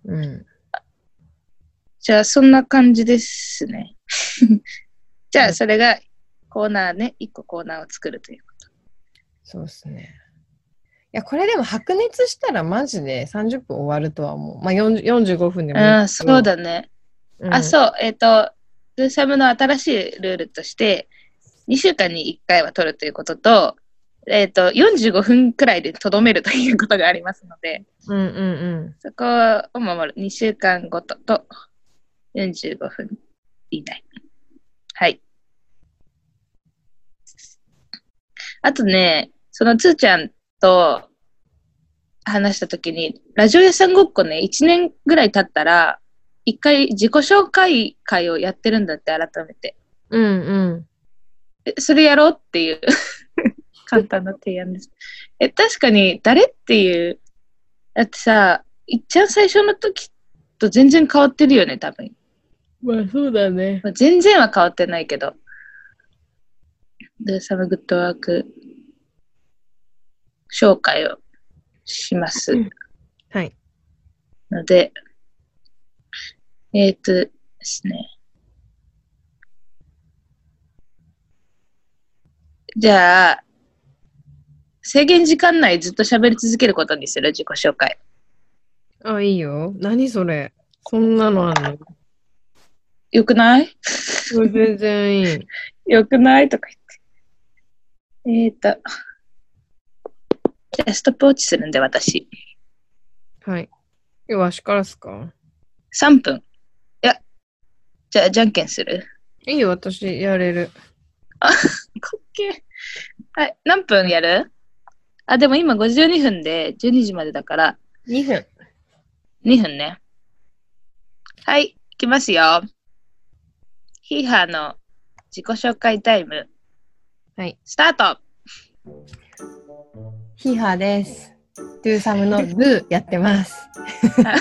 Speaker 1: うん。
Speaker 2: じゃあそんな感じですね。 じ
Speaker 1: う
Speaker 2: ゃあ
Speaker 1: ん
Speaker 2: それがコーナーね、一個コーナーを作るという。
Speaker 1: そうですね。いや、これでも白熱したらマジで30分終わるとは思う。まあ40 45分でもいいけど。
Speaker 2: ああ、そうだね。
Speaker 1: うん。
Speaker 2: あ、そう、えっ、と、ズーサムの新しいルールとして、2週間に1回は撮るということと、えっ、と、45分くらいでとどめるということがありますので、
Speaker 1: うんうんうん。
Speaker 2: そこを守る。2週間ごとと45分以内。はい。あとね、そのつーちゃんと話したときに、ラジオ屋さんごっこね、1年ぐらい経ったら、一回自己紹介会をやってるんだって、改めて。
Speaker 1: うんうん。
Speaker 2: えそれやろうっていう 簡単な提案です。え、確かに誰っていう、だってさ、いっちゃん最初の時と全然変わってるよね、多分。
Speaker 1: まあそうだね。
Speaker 2: まあ全然は変わってないけど。で、サムグッドワーク紹介をします
Speaker 1: はい。
Speaker 2: ので、えっ、ー、とですね。じゃあ、制限時間内ずっと喋り続けることにする自己紹介。
Speaker 1: あ、いいよ。何それ。そんなのあんの
Speaker 2: よくない
Speaker 1: これ全然いい。
Speaker 2: よくないとか言って。えー、と。じゃあ、ストップウォッチするんで、私。
Speaker 1: はい。え、わしからっすか
Speaker 2: 3分。いや、じゃあ、じゃんけんする
Speaker 1: いいよ、私やれる。
Speaker 2: かっけえはい、何分やるあ、でも今52分で12時までだから
Speaker 1: 2分。
Speaker 2: 2分ね。はい、いきますよ。ヒーハーの自己紹介タイム、
Speaker 1: はい。
Speaker 2: スタート
Speaker 1: ヒハです。ドゥーサムのドゥやってます。
Speaker 2: はい。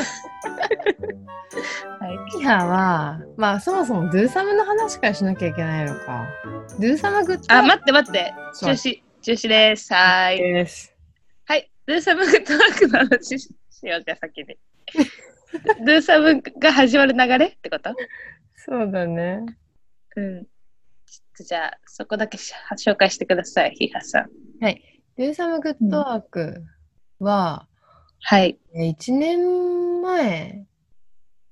Speaker 1: ヒハは、まあそもそもドゥーサムの話からしなきゃいけないのか。ドゥーサムグッド
Speaker 2: あ、待って待って。中
Speaker 1: そう
Speaker 2: 止、中止です。はーい。
Speaker 1: です。
Speaker 2: はい、ドゥーサムグッドワークの話しようじゃあ先 に。ドゥーサムが始まる流れってこと
Speaker 1: そうだね。
Speaker 2: うん。ちょっとじゃあそこだけし紹介してください、ヒーハーさん。
Speaker 1: ドゥーサムグッドワークは、
Speaker 2: はい、
Speaker 1: 1年前、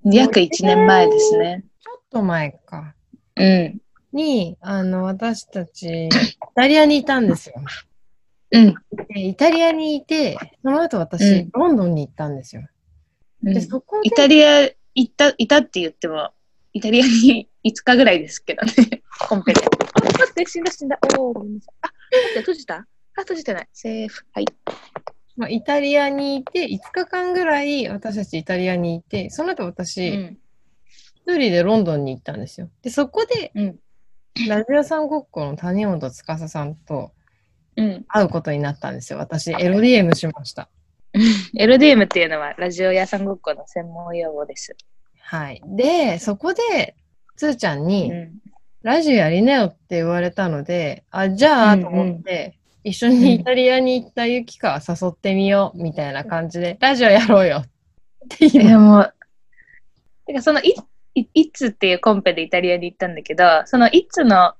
Speaker 2: 約1年前ですね。
Speaker 1: ちょっと前か、
Speaker 2: うん。
Speaker 1: に、あの、私たち、イタリアにいたんですよ。
Speaker 2: うん。
Speaker 1: でイタリアにいて、その後私、
Speaker 2: うん
Speaker 1: ロンドンに行ったんですよ。
Speaker 2: うん
Speaker 1: で、そこ
Speaker 2: イタ
Speaker 1: で、
Speaker 2: リア行った、いたって言っても、イタリアに 5日ぐらいですけどね、コンペで。あ、待って、死んだ死んだ。おお、ごめんなさい。あ、待って、閉じたあ、閉じてない。セーフ。はい。
Speaker 1: まあ、イタリアにいて、5日間ぐらい私たちイタリアにいて、その後
Speaker 2: う
Speaker 1: 私、
Speaker 2: ん。
Speaker 1: 一人でロンドンに行ったんですよ。で、そこで、
Speaker 2: うん。
Speaker 1: ラジオさんごっこの谷本司さんと
Speaker 2: うん。
Speaker 1: 会うことになったんですよ。私、エロ DM しました。
Speaker 2: LDM っていうのはラジオ屋さんごっこの専門用語です。
Speaker 1: はい。で、そこで、つーちゃん
Speaker 2: う
Speaker 1: に、
Speaker 2: ん、
Speaker 1: ラジオやりなよって言われたので、あ、じゃあ、
Speaker 2: うんうん
Speaker 1: と思って、一緒にイタリアに行ったユキカ誘ってみよう、みたいな感じで、ラジオやろうよって
Speaker 2: い
Speaker 1: 言いま
Speaker 2: やもう、てかそのい、いいつっていうコンペでイタリアに行ったんだけど、そのいつの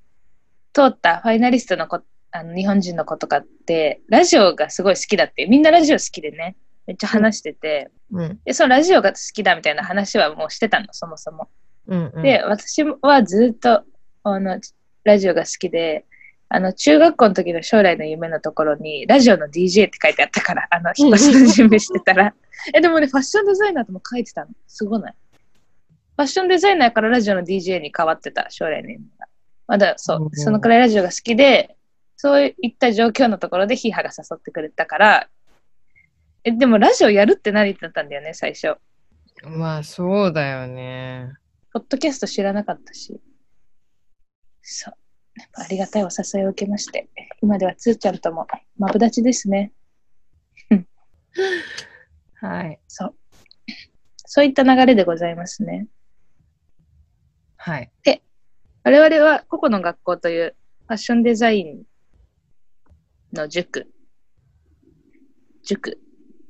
Speaker 2: 通ったファイナリストの子、あの日本人の子とかって、ラジオがすごい好きだっていう、みんなラジオ好きでね、めっちゃ話してて、
Speaker 1: うん。
Speaker 2: で、そのラジオが好きだみたいな話はもうしてたの、そもそも。
Speaker 1: うん、うん。
Speaker 2: で、私はずっとあのラジオが好きで、あの中学校の時の将来の夢のところに、ラジオの DJ って書いてあったから、あの引っ越しの準備してたら。 え、でもね、ファッションデザイナーとも書いてたの。すごない。ファッションデザイナーからラジオの DJ に変わってた、将来の夢が。まだそう
Speaker 1: う、ん
Speaker 2: そのくらいラジオが好きで、そういった状況のところでヒーハが誘ってくれたから、え、でもラジオやるって何ってなったんだよね、最初。
Speaker 1: まあ、そうだよね。
Speaker 2: ポッドキャスト知らなかったし。そう。やっぱありがたいお誘いを受けまして、今ではつーちゃんともマブダチですね。
Speaker 1: はい。
Speaker 2: そう。そういった流れでございますね。
Speaker 1: はい。
Speaker 2: 我々は個々の学校というファッションデザインの塾。塾。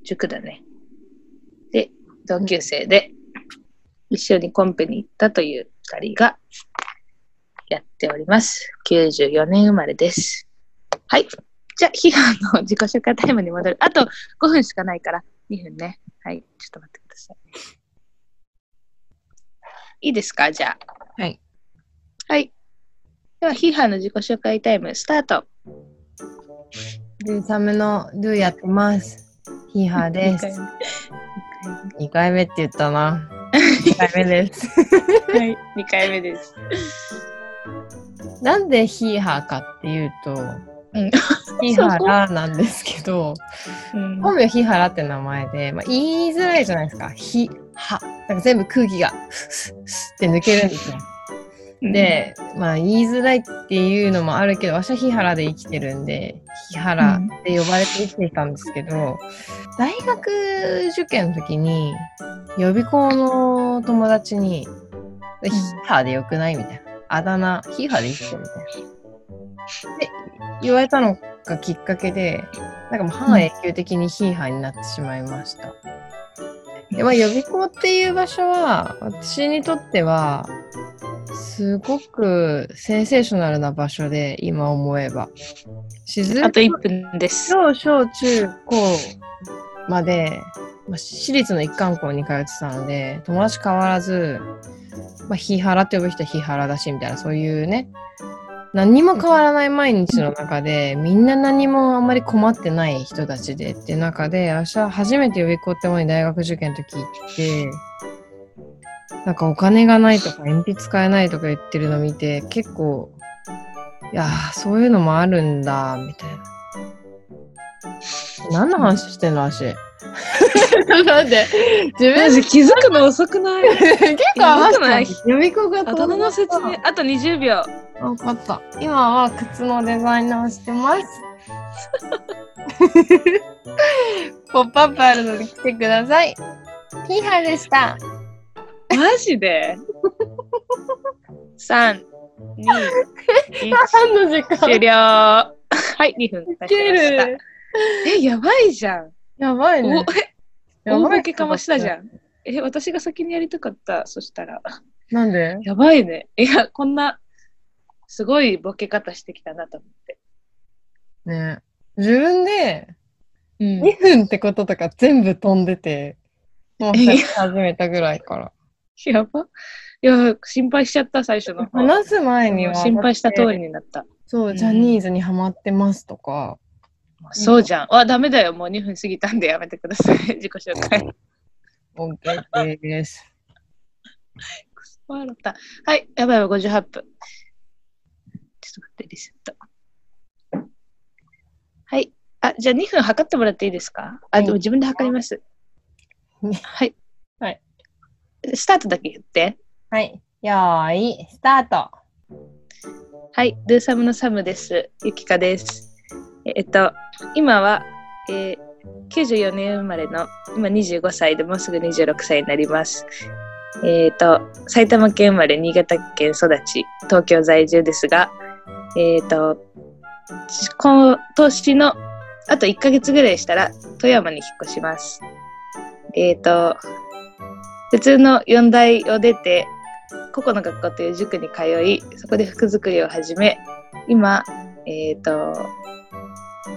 Speaker 2: 塾だね。で、同級生で一緒にコンペに行ったという二人がやっております。94年生まれです。はい。じゃあ、ヒハの自己紹介タイムに戻る。あと5分しかないから、2分ね。はい。ちょっと待ってください。いいですかじゃあ。はい。では、ヒーハーの自己紹介タイム、スタート。
Speaker 1: ドゥサムのドゥやってます。ヒーハーです。
Speaker 2: 二
Speaker 1: 2回目って言ったな。2回目です。
Speaker 2: 回目はい、2回目です。
Speaker 1: なんでヒーハーかっていうと、
Speaker 2: ん
Speaker 1: ヒーハラなんですけど、
Speaker 2: うん
Speaker 1: 本名ヒハラって名前で、まあ、言いづらいじゃないですか。ヒハ。なんか全部空気がスススって抜けるんですよ。で、まあ言いづらいっていうのもあるけど、私は日原で生きてるんで、日原で呼ばれて生きてたんですけど、大学受験の時に、予備校の友達に、ヒーハーでよくないみたいな。あだ名、ヒーハーで生きてるみたいな。で、言われたのがきっかけで、なんかもう半永久的にヒーハーになってしまいました。でまあ、予備校っていう場所は、私にとっては、すごくセンセーショナルな場所で、今思えば。静
Speaker 2: あ
Speaker 1: 岡
Speaker 2: と1分です。
Speaker 1: 小小中高まで、まあ、私立の一貫校に通ってたので友達変わらず、まあ、日原って呼ぶ人は日原だしみたいなそういうね何も変わらない毎日の中でみんな何もあんまり困ってない人たちでっていう中で私は初めて予備校ってものに大学受験の時行ってなんかお金がないとか鉛筆買えないとか言ってるの見て結構いやーそういうのもあるんだみたいな何の話してんの足 なんで自
Speaker 2: マ
Speaker 1: 分
Speaker 2: ジ気づくの遅くない
Speaker 1: 結構合わせ
Speaker 2: やばくな
Speaker 1: た
Speaker 2: い
Speaker 1: 予備校が
Speaker 2: あだ名の説明あと20秒
Speaker 1: 分かった今は靴のデザイナーをして ますポップアップあるので来てくださいピーハーでした
Speaker 2: マジで 321
Speaker 1: 何の時
Speaker 2: 終了はい2分経
Speaker 1: 受け
Speaker 2: ちました
Speaker 1: る
Speaker 2: えやばいじゃん
Speaker 1: やばい
Speaker 2: お
Speaker 1: ね
Speaker 2: え大
Speaker 1: ばい
Speaker 2: ボケかましたじ
Speaker 1: ん
Speaker 2: ゃんえ私が先にやりたかったそしたら
Speaker 1: なんで
Speaker 2: やばいねいやこんなすごいボケ方してきたなと思って
Speaker 1: ね自分で
Speaker 2: うん
Speaker 1: 2分ってこととか全部飛んでてもう
Speaker 2: え
Speaker 1: 話し始めたぐらいから
Speaker 2: やばいや心配しちゃった最初の方
Speaker 1: 話す前には
Speaker 2: 心配した通
Speaker 1: だって
Speaker 2: りになった
Speaker 1: そううんジャニーズにハマってますとか
Speaker 2: そうじゃんあダメだよもう2分過ぎたんでやめてください 自己紹介
Speaker 1: OK です
Speaker 2: くそ笑ったはいやばいわ58分ちょっと待ってリセットはいあじゃあ2分測ってもらっていいですかあでも自分で測ります
Speaker 1: うん
Speaker 2: はい
Speaker 1: はい
Speaker 2: スタートだけ言って
Speaker 1: はいよーいスタート
Speaker 2: はい、ドゥーサムのサムです。ゆきかです。ええっと、今は、えー、94年生まれの、今25歳でもうすぐ26歳になります。えーっと、埼玉県生まれ、新潟県育ち、東京在住ですが、えーっと、今年のあと1ヶ月ぐらいしたら富山に引っ越します。えーっと、普通の4大を出て、個々の学校という塾に通いそこで服作りを始め今えっ、と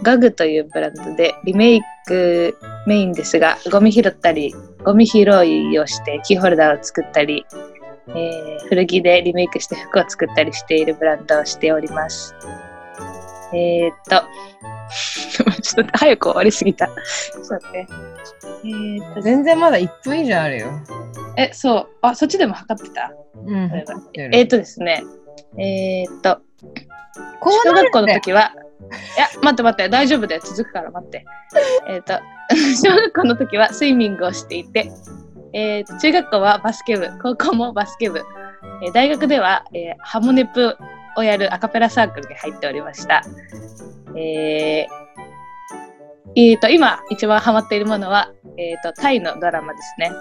Speaker 2: ガグというブランドでリメイクメインですがゴミ拾ったりゴミ拾いをしてキーホルダーを作ったり、えー古着でリメイクして服を作ったりしているブランドをしておりますえっ、と ちょっと待って早く終わりすぎたちょっと待ってえーと
Speaker 1: 全然まだ1分以上あるよ
Speaker 2: えそうあそっちでも測ってた
Speaker 1: うん
Speaker 2: そういえば
Speaker 1: てる
Speaker 2: えっ、とですねえっ、と
Speaker 1: こ
Speaker 2: 小
Speaker 1: うなる
Speaker 2: 学
Speaker 1: んだ
Speaker 2: 校
Speaker 1: よ
Speaker 2: の時はいや待って待って大丈夫だよ続くから待ってえっと 小学校の時はスイミングをしていて、えー中学校はバスケ部高校もバスケ部、えー大学では、えーハモネプをやるアカペラサークルに入っておりましたえーえーと今一番ハマっているものは、えー、とタイのドラマですね。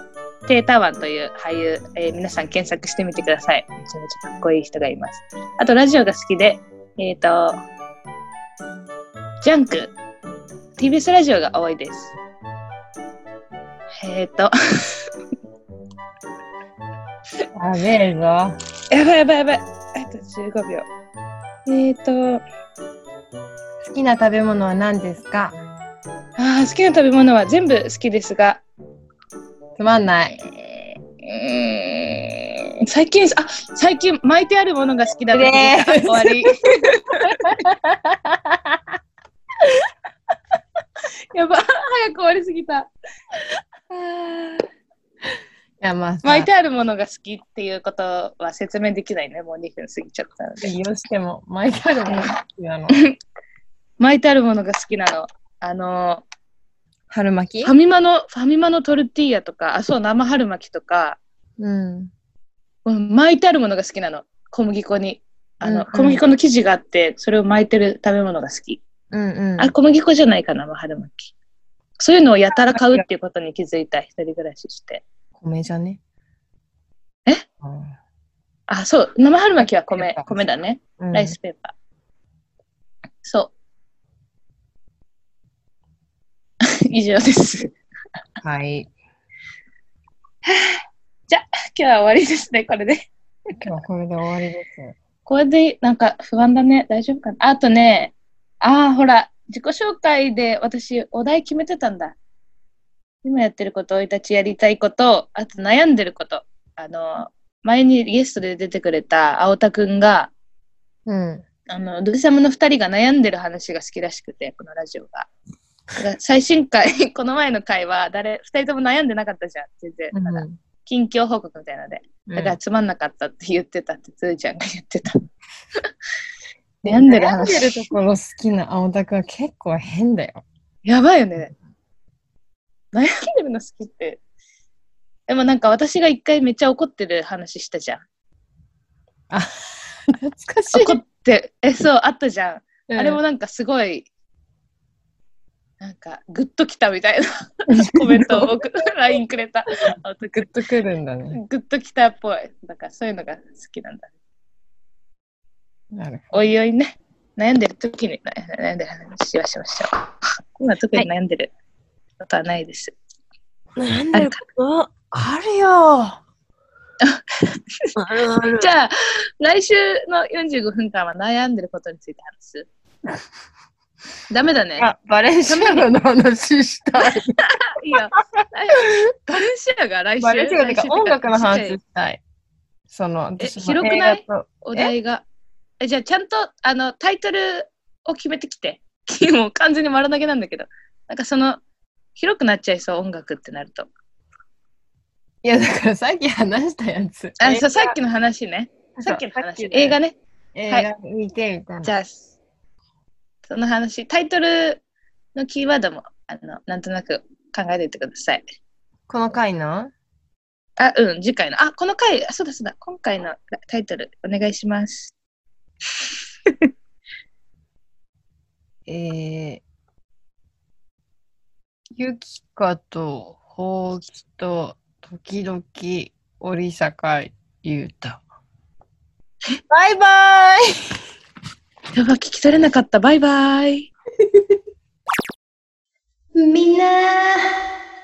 Speaker 2: テータワンという俳優、えー皆さん検索してみてください。めちゃめちゃかっこいい人がいます。あとラジオが好きで、えっ、と、ジャンク、TBS ラジオが多いです。えっ、と、
Speaker 1: やべえぞ
Speaker 2: やばいやばいやばい。あと15秒。えっ、と、
Speaker 1: 好きな食べ物は何ですか
Speaker 2: あー好きな食べ物は全部好きですが、
Speaker 1: つまんない
Speaker 2: えーうーん最近、あ最近巻いてあるものが好きだと思っ
Speaker 1: うれ
Speaker 2: た
Speaker 1: ー
Speaker 2: 終わり。やば、早く終わりすぎた。あー
Speaker 1: いやまあさ
Speaker 2: 巻いてあるものが好きっていうことは説明できないね。もう2分過ぎちゃったので。
Speaker 1: 利用しても巻いてあるもの好きなの
Speaker 2: 巻いてあるものが好きなの。あの、
Speaker 1: 春巻
Speaker 2: ファミマの、ファミマのトルティーヤとか、あ、そう、生春巻きとか、
Speaker 1: うん
Speaker 2: うん巻いてあるものが好きなの。小麦粉に。あ
Speaker 1: うんう
Speaker 2: の、
Speaker 1: ん
Speaker 2: 小麦粉の生地があって、それを巻いてる食べ物が好き。
Speaker 1: うんうん
Speaker 2: あ、小麦粉じゃないかな、生春巻き。そういうのをやたら買うっていうことに気づいた、一人暮らしして。
Speaker 1: 米じゃね
Speaker 2: え
Speaker 1: あ
Speaker 2: あ、そう、生春巻きは米
Speaker 1: ペーパー、
Speaker 2: 米だね。
Speaker 1: ーうん
Speaker 2: ライスペーパー。そう。 以上です。
Speaker 1: はい
Speaker 2: 今日は終わりですね、これで。
Speaker 1: 今日はこれで終わりです
Speaker 2: これで、なんか不安だね。大丈夫かなあとね、ああ、ほら、自己紹介で私、お題決めてたんだ。今やってること、生い立ちやりたいこと、あと悩んでること。あの、前にゲストで出てくれた青田くんが、
Speaker 1: うん
Speaker 2: あの、ドゥサムの2人が悩んでる話が好きらしくて、このラジオが。だから最新回、この前の回は誰、2人とも悩んでなかったじゃん、全然。
Speaker 1: うん
Speaker 2: 近況報告みたいなので。
Speaker 1: うん
Speaker 2: だからつまんなかったって言ってたって、つーちゃんが言っ てた。悩んでる
Speaker 1: 悩んで
Speaker 2: 話。
Speaker 1: るところ好きな青田くんは結構変だよ。
Speaker 2: やばいよね。悩んでるの好きって。でもなんか私が一回めっちゃ怒ってる話したじゃん。
Speaker 1: あ、 懐かしい。
Speaker 2: 怒って、え、そう、あったじゃん。
Speaker 1: うん
Speaker 2: あれもなんかすごい、なんかグッときたみたいな コメントを僕、LINE くれた。あと
Speaker 1: グ
Speaker 2: グ
Speaker 1: ッとくるんだね。
Speaker 2: ッグッときたっぽい。だからそういうのが好きなんだ。
Speaker 1: なる
Speaker 2: おいおいね、悩んでる時に悩んでる話はしましょう。 今特に悩んでることはないです。
Speaker 4: 悩んでることあるよ。あるある
Speaker 2: じゃあ、来週の45分間は悩んでることについて話す。ダメだね。
Speaker 1: あ、バレンシアガの話したい。
Speaker 2: いいよ。バレンシアが来週
Speaker 1: バレンシアガっていうか
Speaker 2: 来週
Speaker 1: 音楽の話
Speaker 2: ちっちゃい
Speaker 1: したい。その、私も
Speaker 2: 広くない
Speaker 1: 映画と
Speaker 2: お題が。えじゃあ、ちゃんとあのタイトルを決めてきて。 もう完全に丸投げなんだけど。なんかその、広くなっちゃいそう、音楽ってなると。
Speaker 1: いや、だからさっき話したやつ。
Speaker 2: あ、
Speaker 1: 映
Speaker 2: そ
Speaker 1: 画
Speaker 2: うさっきの話ね。さっきの話。映画。ね。
Speaker 1: 映
Speaker 2: はい
Speaker 1: 画見てみたいな。
Speaker 2: じゃあ、その話、タイトルのキーワードも、あの、なんとなく考えておいてください。
Speaker 1: この回の
Speaker 2: あ、うん、次回の。あ、この回、あそうだそうだ、今回のタイトル、お願いします。
Speaker 1: えー、ゆきかとほうきと時々織坂優太。バイバイ
Speaker 2: やば、聞き取れなかった。バイバイ。
Speaker 3: みんな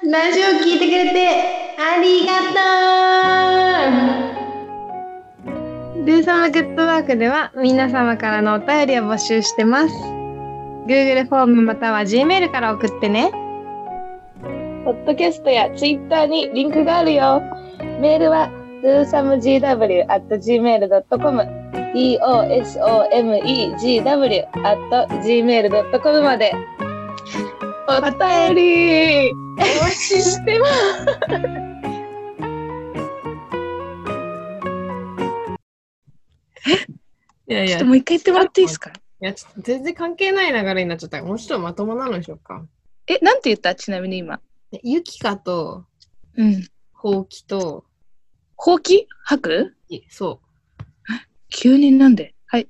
Speaker 3: ラジオ聞いてくれてありがとう
Speaker 1: ルーサマグッドワークでは皆様からのお便りを募集してます。Google フォームまたは Gmail から送ってね。
Speaker 2: ポッドキャストやツイッターにリンクがあるよ。メールは dosamegw.gmail.com dosamegw.gmail.com まで。お便りお待ちしてます。
Speaker 1: いやい
Speaker 2: ち
Speaker 1: や、
Speaker 2: ょっと
Speaker 1: い
Speaker 2: もう一回言ってもらっていいですか
Speaker 1: やちょっと全然関係ない流れになっちゃったから、もうちょっとまともなのにしようか。
Speaker 2: え、なんて言ったちなみに今。
Speaker 1: でゆきかと
Speaker 2: うん。
Speaker 1: ほうきと、
Speaker 2: ほうき吐く
Speaker 1: いそ
Speaker 2: 急になんではい。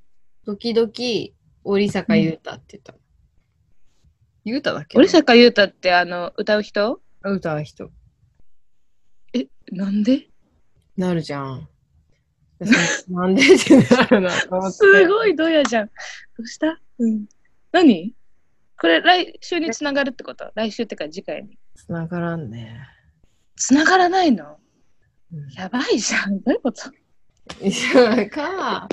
Speaker 1: う、時々織坂優太って言ったの。優太だっけ
Speaker 2: 折坂優太ってあの、歌う人
Speaker 1: 歌う人。
Speaker 2: え、なんで
Speaker 1: なるじゃん。そのなんでってなるなと思って。
Speaker 2: すごいドヤじゃん。どうしたうん。何これ来週につながるってこと来週ってか次回に。
Speaker 1: つながらんね。
Speaker 2: つながらないの
Speaker 1: うん
Speaker 2: やばいじゃん。どういうこと
Speaker 1: いやか、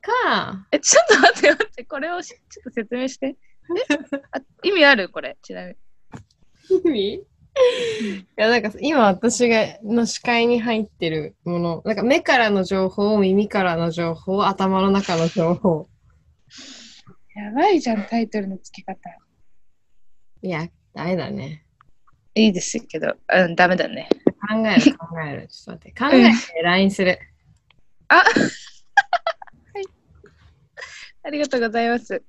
Speaker 1: か、
Speaker 2: え、ちょっと待って待って。これをしちょっと説明して。えあ意味あるこれ。ちなみ
Speaker 1: 意
Speaker 2: に。
Speaker 1: 味いや、なんか今私がの視界に入ってるもの、なんか目からの情報、耳からの情報、頭の中の情報。
Speaker 2: やばいじゃん、タイトルの付け方。
Speaker 1: いや、ダメだね。
Speaker 2: いいですけど、うん、ダメだね。
Speaker 1: 考える、考える。ちょっと待って。考えて LINE する。
Speaker 2: ありがとうございます。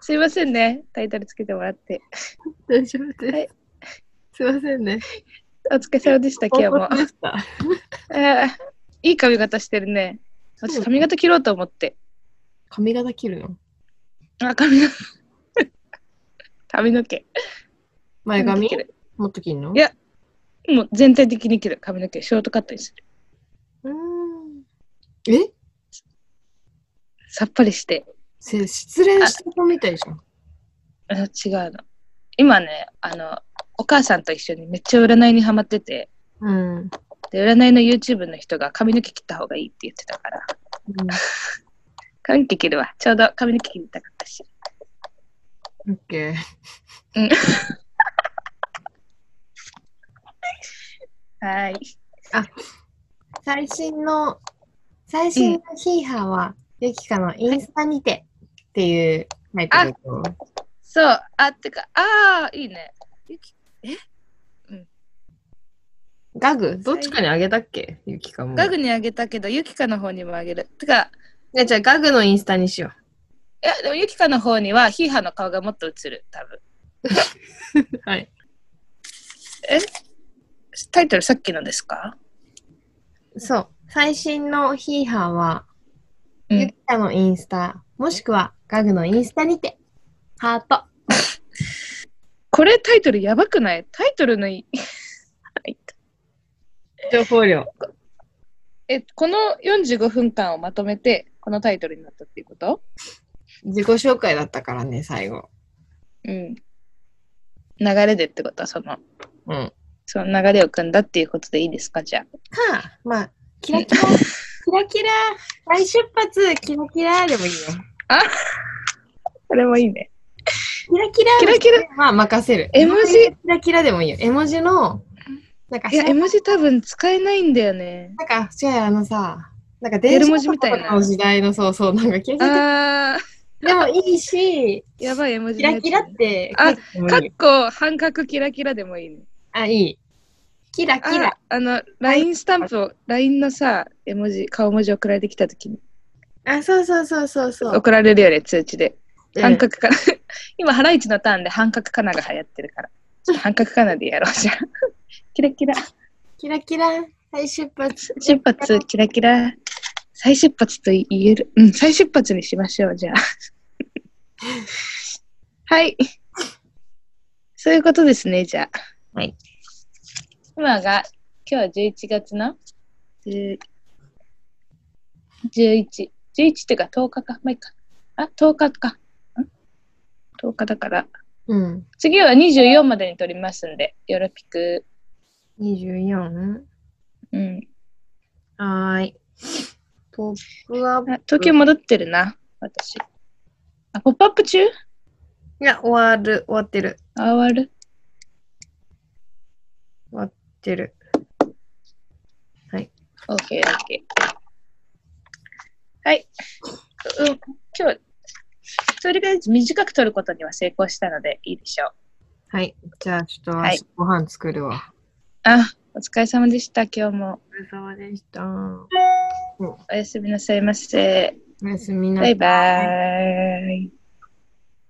Speaker 2: すいませんね。タイトルつけてもらって。
Speaker 1: 大丈夫
Speaker 2: はい
Speaker 1: す。すいませんね。
Speaker 2: お疲れ様でした、今日も
Speaker 1: 報告。でした。
Speaker 2: あーいい髪型してるね。私髪型切ろうと思って。
Speaker 1: 髪型切るの
Speaker 2: あ、髪の 髪の毛。
Speaker 1: 前髪
Speaker 2: 切る
Speaker 1: もっと切るの
Speaker 2: いやもう全体的に切る髪の毛。ショートカットにする。
Speaker 1: うーんえ
Speaker 2: さっぱりして。
Speaker 1: せ失恋した子みたいじゃん。
Speaker 2: あ違うの。今ね、あの、お母さんと一緒にめっちゃ占いにハマってて、
Speaker 1: うん。うん
Speaker 2: で占いの YouTube の人が髪の毛切った方がいいって言ってたから、髪の毛切るわ。ちょうど髪の毛切りたかったし。
Speaker 1: オッケー。
Speaker 2: はーい。
Speaker 1: 最新の、最新のヒーハーは、ユキカのインスタにてっていうタイトルと
Speaker 2: そう、あ、てか、ああ、いいね。ゆきえ
Speaker 1: ガグどっちかにあげたっけゆきかも。
Speaker 2: ガグにあげたけど、ユキカの方にもあげる。てか、
Speaker 1: ねじゃあガグのインスタにしよ
Speaker 2: いや、でもユキカの方にはヒーハーの顔がもっと映る、多分。
Speaker 1: う。はい。
Speaker 2: タイトルさっきのですか
Speaker 1: そう。最新のヒーハーは、
Speaker 2: うん
Speaker 1: ゆきかのインスタ、もしくはガグのインスタにて、ハート。
Speaker 2: これタイトルやばくないタイトルのいはい
Speaker 1: 情報量。
Speaker 2: え、この45分間をまとめて、このタイトルになったっていうこと
Speaker 1: 自己紹介だったからね、最後。
Speaker 2: うん。流れでってことは、その、
Speaker 1: うん。
Speaker 2: その流れを組んだっていうことでいいですかじゃあ。
Speaker 1: か、まあ、キラキラ、 キラキラ、大出発、キラキラでもいいよ。
Speaker 2: これもいいね。
Speaker 1: キラキラ、
Speaker 2: キラキラ。
Speaker 1: まあ、任せる。
Speaker 2: 絵文字
Speaker 1: キラキラでもいいよ。絵文字の、なんか、
Speaker 2: いや、絵文字多分使えないんだよね。
Speaker 1: なんか、違うよあのさ、なんか電
Speaker 2: やる
Speaker 1: 子
Speaker 2: 文字みたいな
Speaker 1: とかの時代の、そうそう、なんか消え
Speaker 2: あ
Speaker 1: てでもいいし、
Speaker 2: ー、やばい絵文字
Speaker 1: キ
Speaker 2: のや
Speaker 1: ラ
Speaker 2: つ
Speaker 1: キラって、書
Speaker 2: あ
Speaker 1: いても
Speaker 2: かっ
Speaker 1: いいよ
Speaker 2: こ半角キラキラでもいいね。
Speaker 1: あ、いい。キラキラ
Speaker 2: あ。あの、LINE スタンプを、LINE のさ、絵文字、顔文字送られてきたときに、
Speaker 1: あ、そうそうそうそうそう。
Speaker 2: 送られるよね、通知で。
Speaker 1: うん
Speaker 2: 半角かな。 今、ハライチのターンで半角かなが流行ってるから。ちょっと半角かなでやろうじゃん。 キラキラ。
Speaker 1: キラキラ、大出発。
Speaker 2: 出発、キラキラ。再出発と言える。うん、再出発にしましょう、じゃあ。 はい。そういうことですね、じゃあ。
Speaker 1: はい。
Speaker 2: 今が、今日は11月の10 11。11っていうか10日か。まあ、いいか。あ、10日か。ん ?10 日だから。
Speaker 1: うん。
Speaker 2: 次は24までに撮りますんで、よろぴく。
Speaker 1: 24。
Speaker 2: うん。
Speaker 1: はーい。トップアップ。
Speaker 2: あ東京戻ってるな、私。あ、ポップアップ中
Speaker 1: いや、終わる、終わってる、終
Speaker 2: あ、終わる。
Speaker 1: わってる。
Speaker 2: OK、OK。はい。ううん、今日、とりあえず短く撮ることには成功したのでいいでしょう。
Speaker 1: はい。じゃあ、ちょっと
Speaker 2: はい
Speaker 1: 私、ご飯作るわ。
Speaker 2: あ、お疲れ様でした、今日も。
Speaker 1: お疲れ様でした。お
Speaker 2: おやすみなさいませ。
Speaker 1: やすみな
Speaker 2: バイバーイ。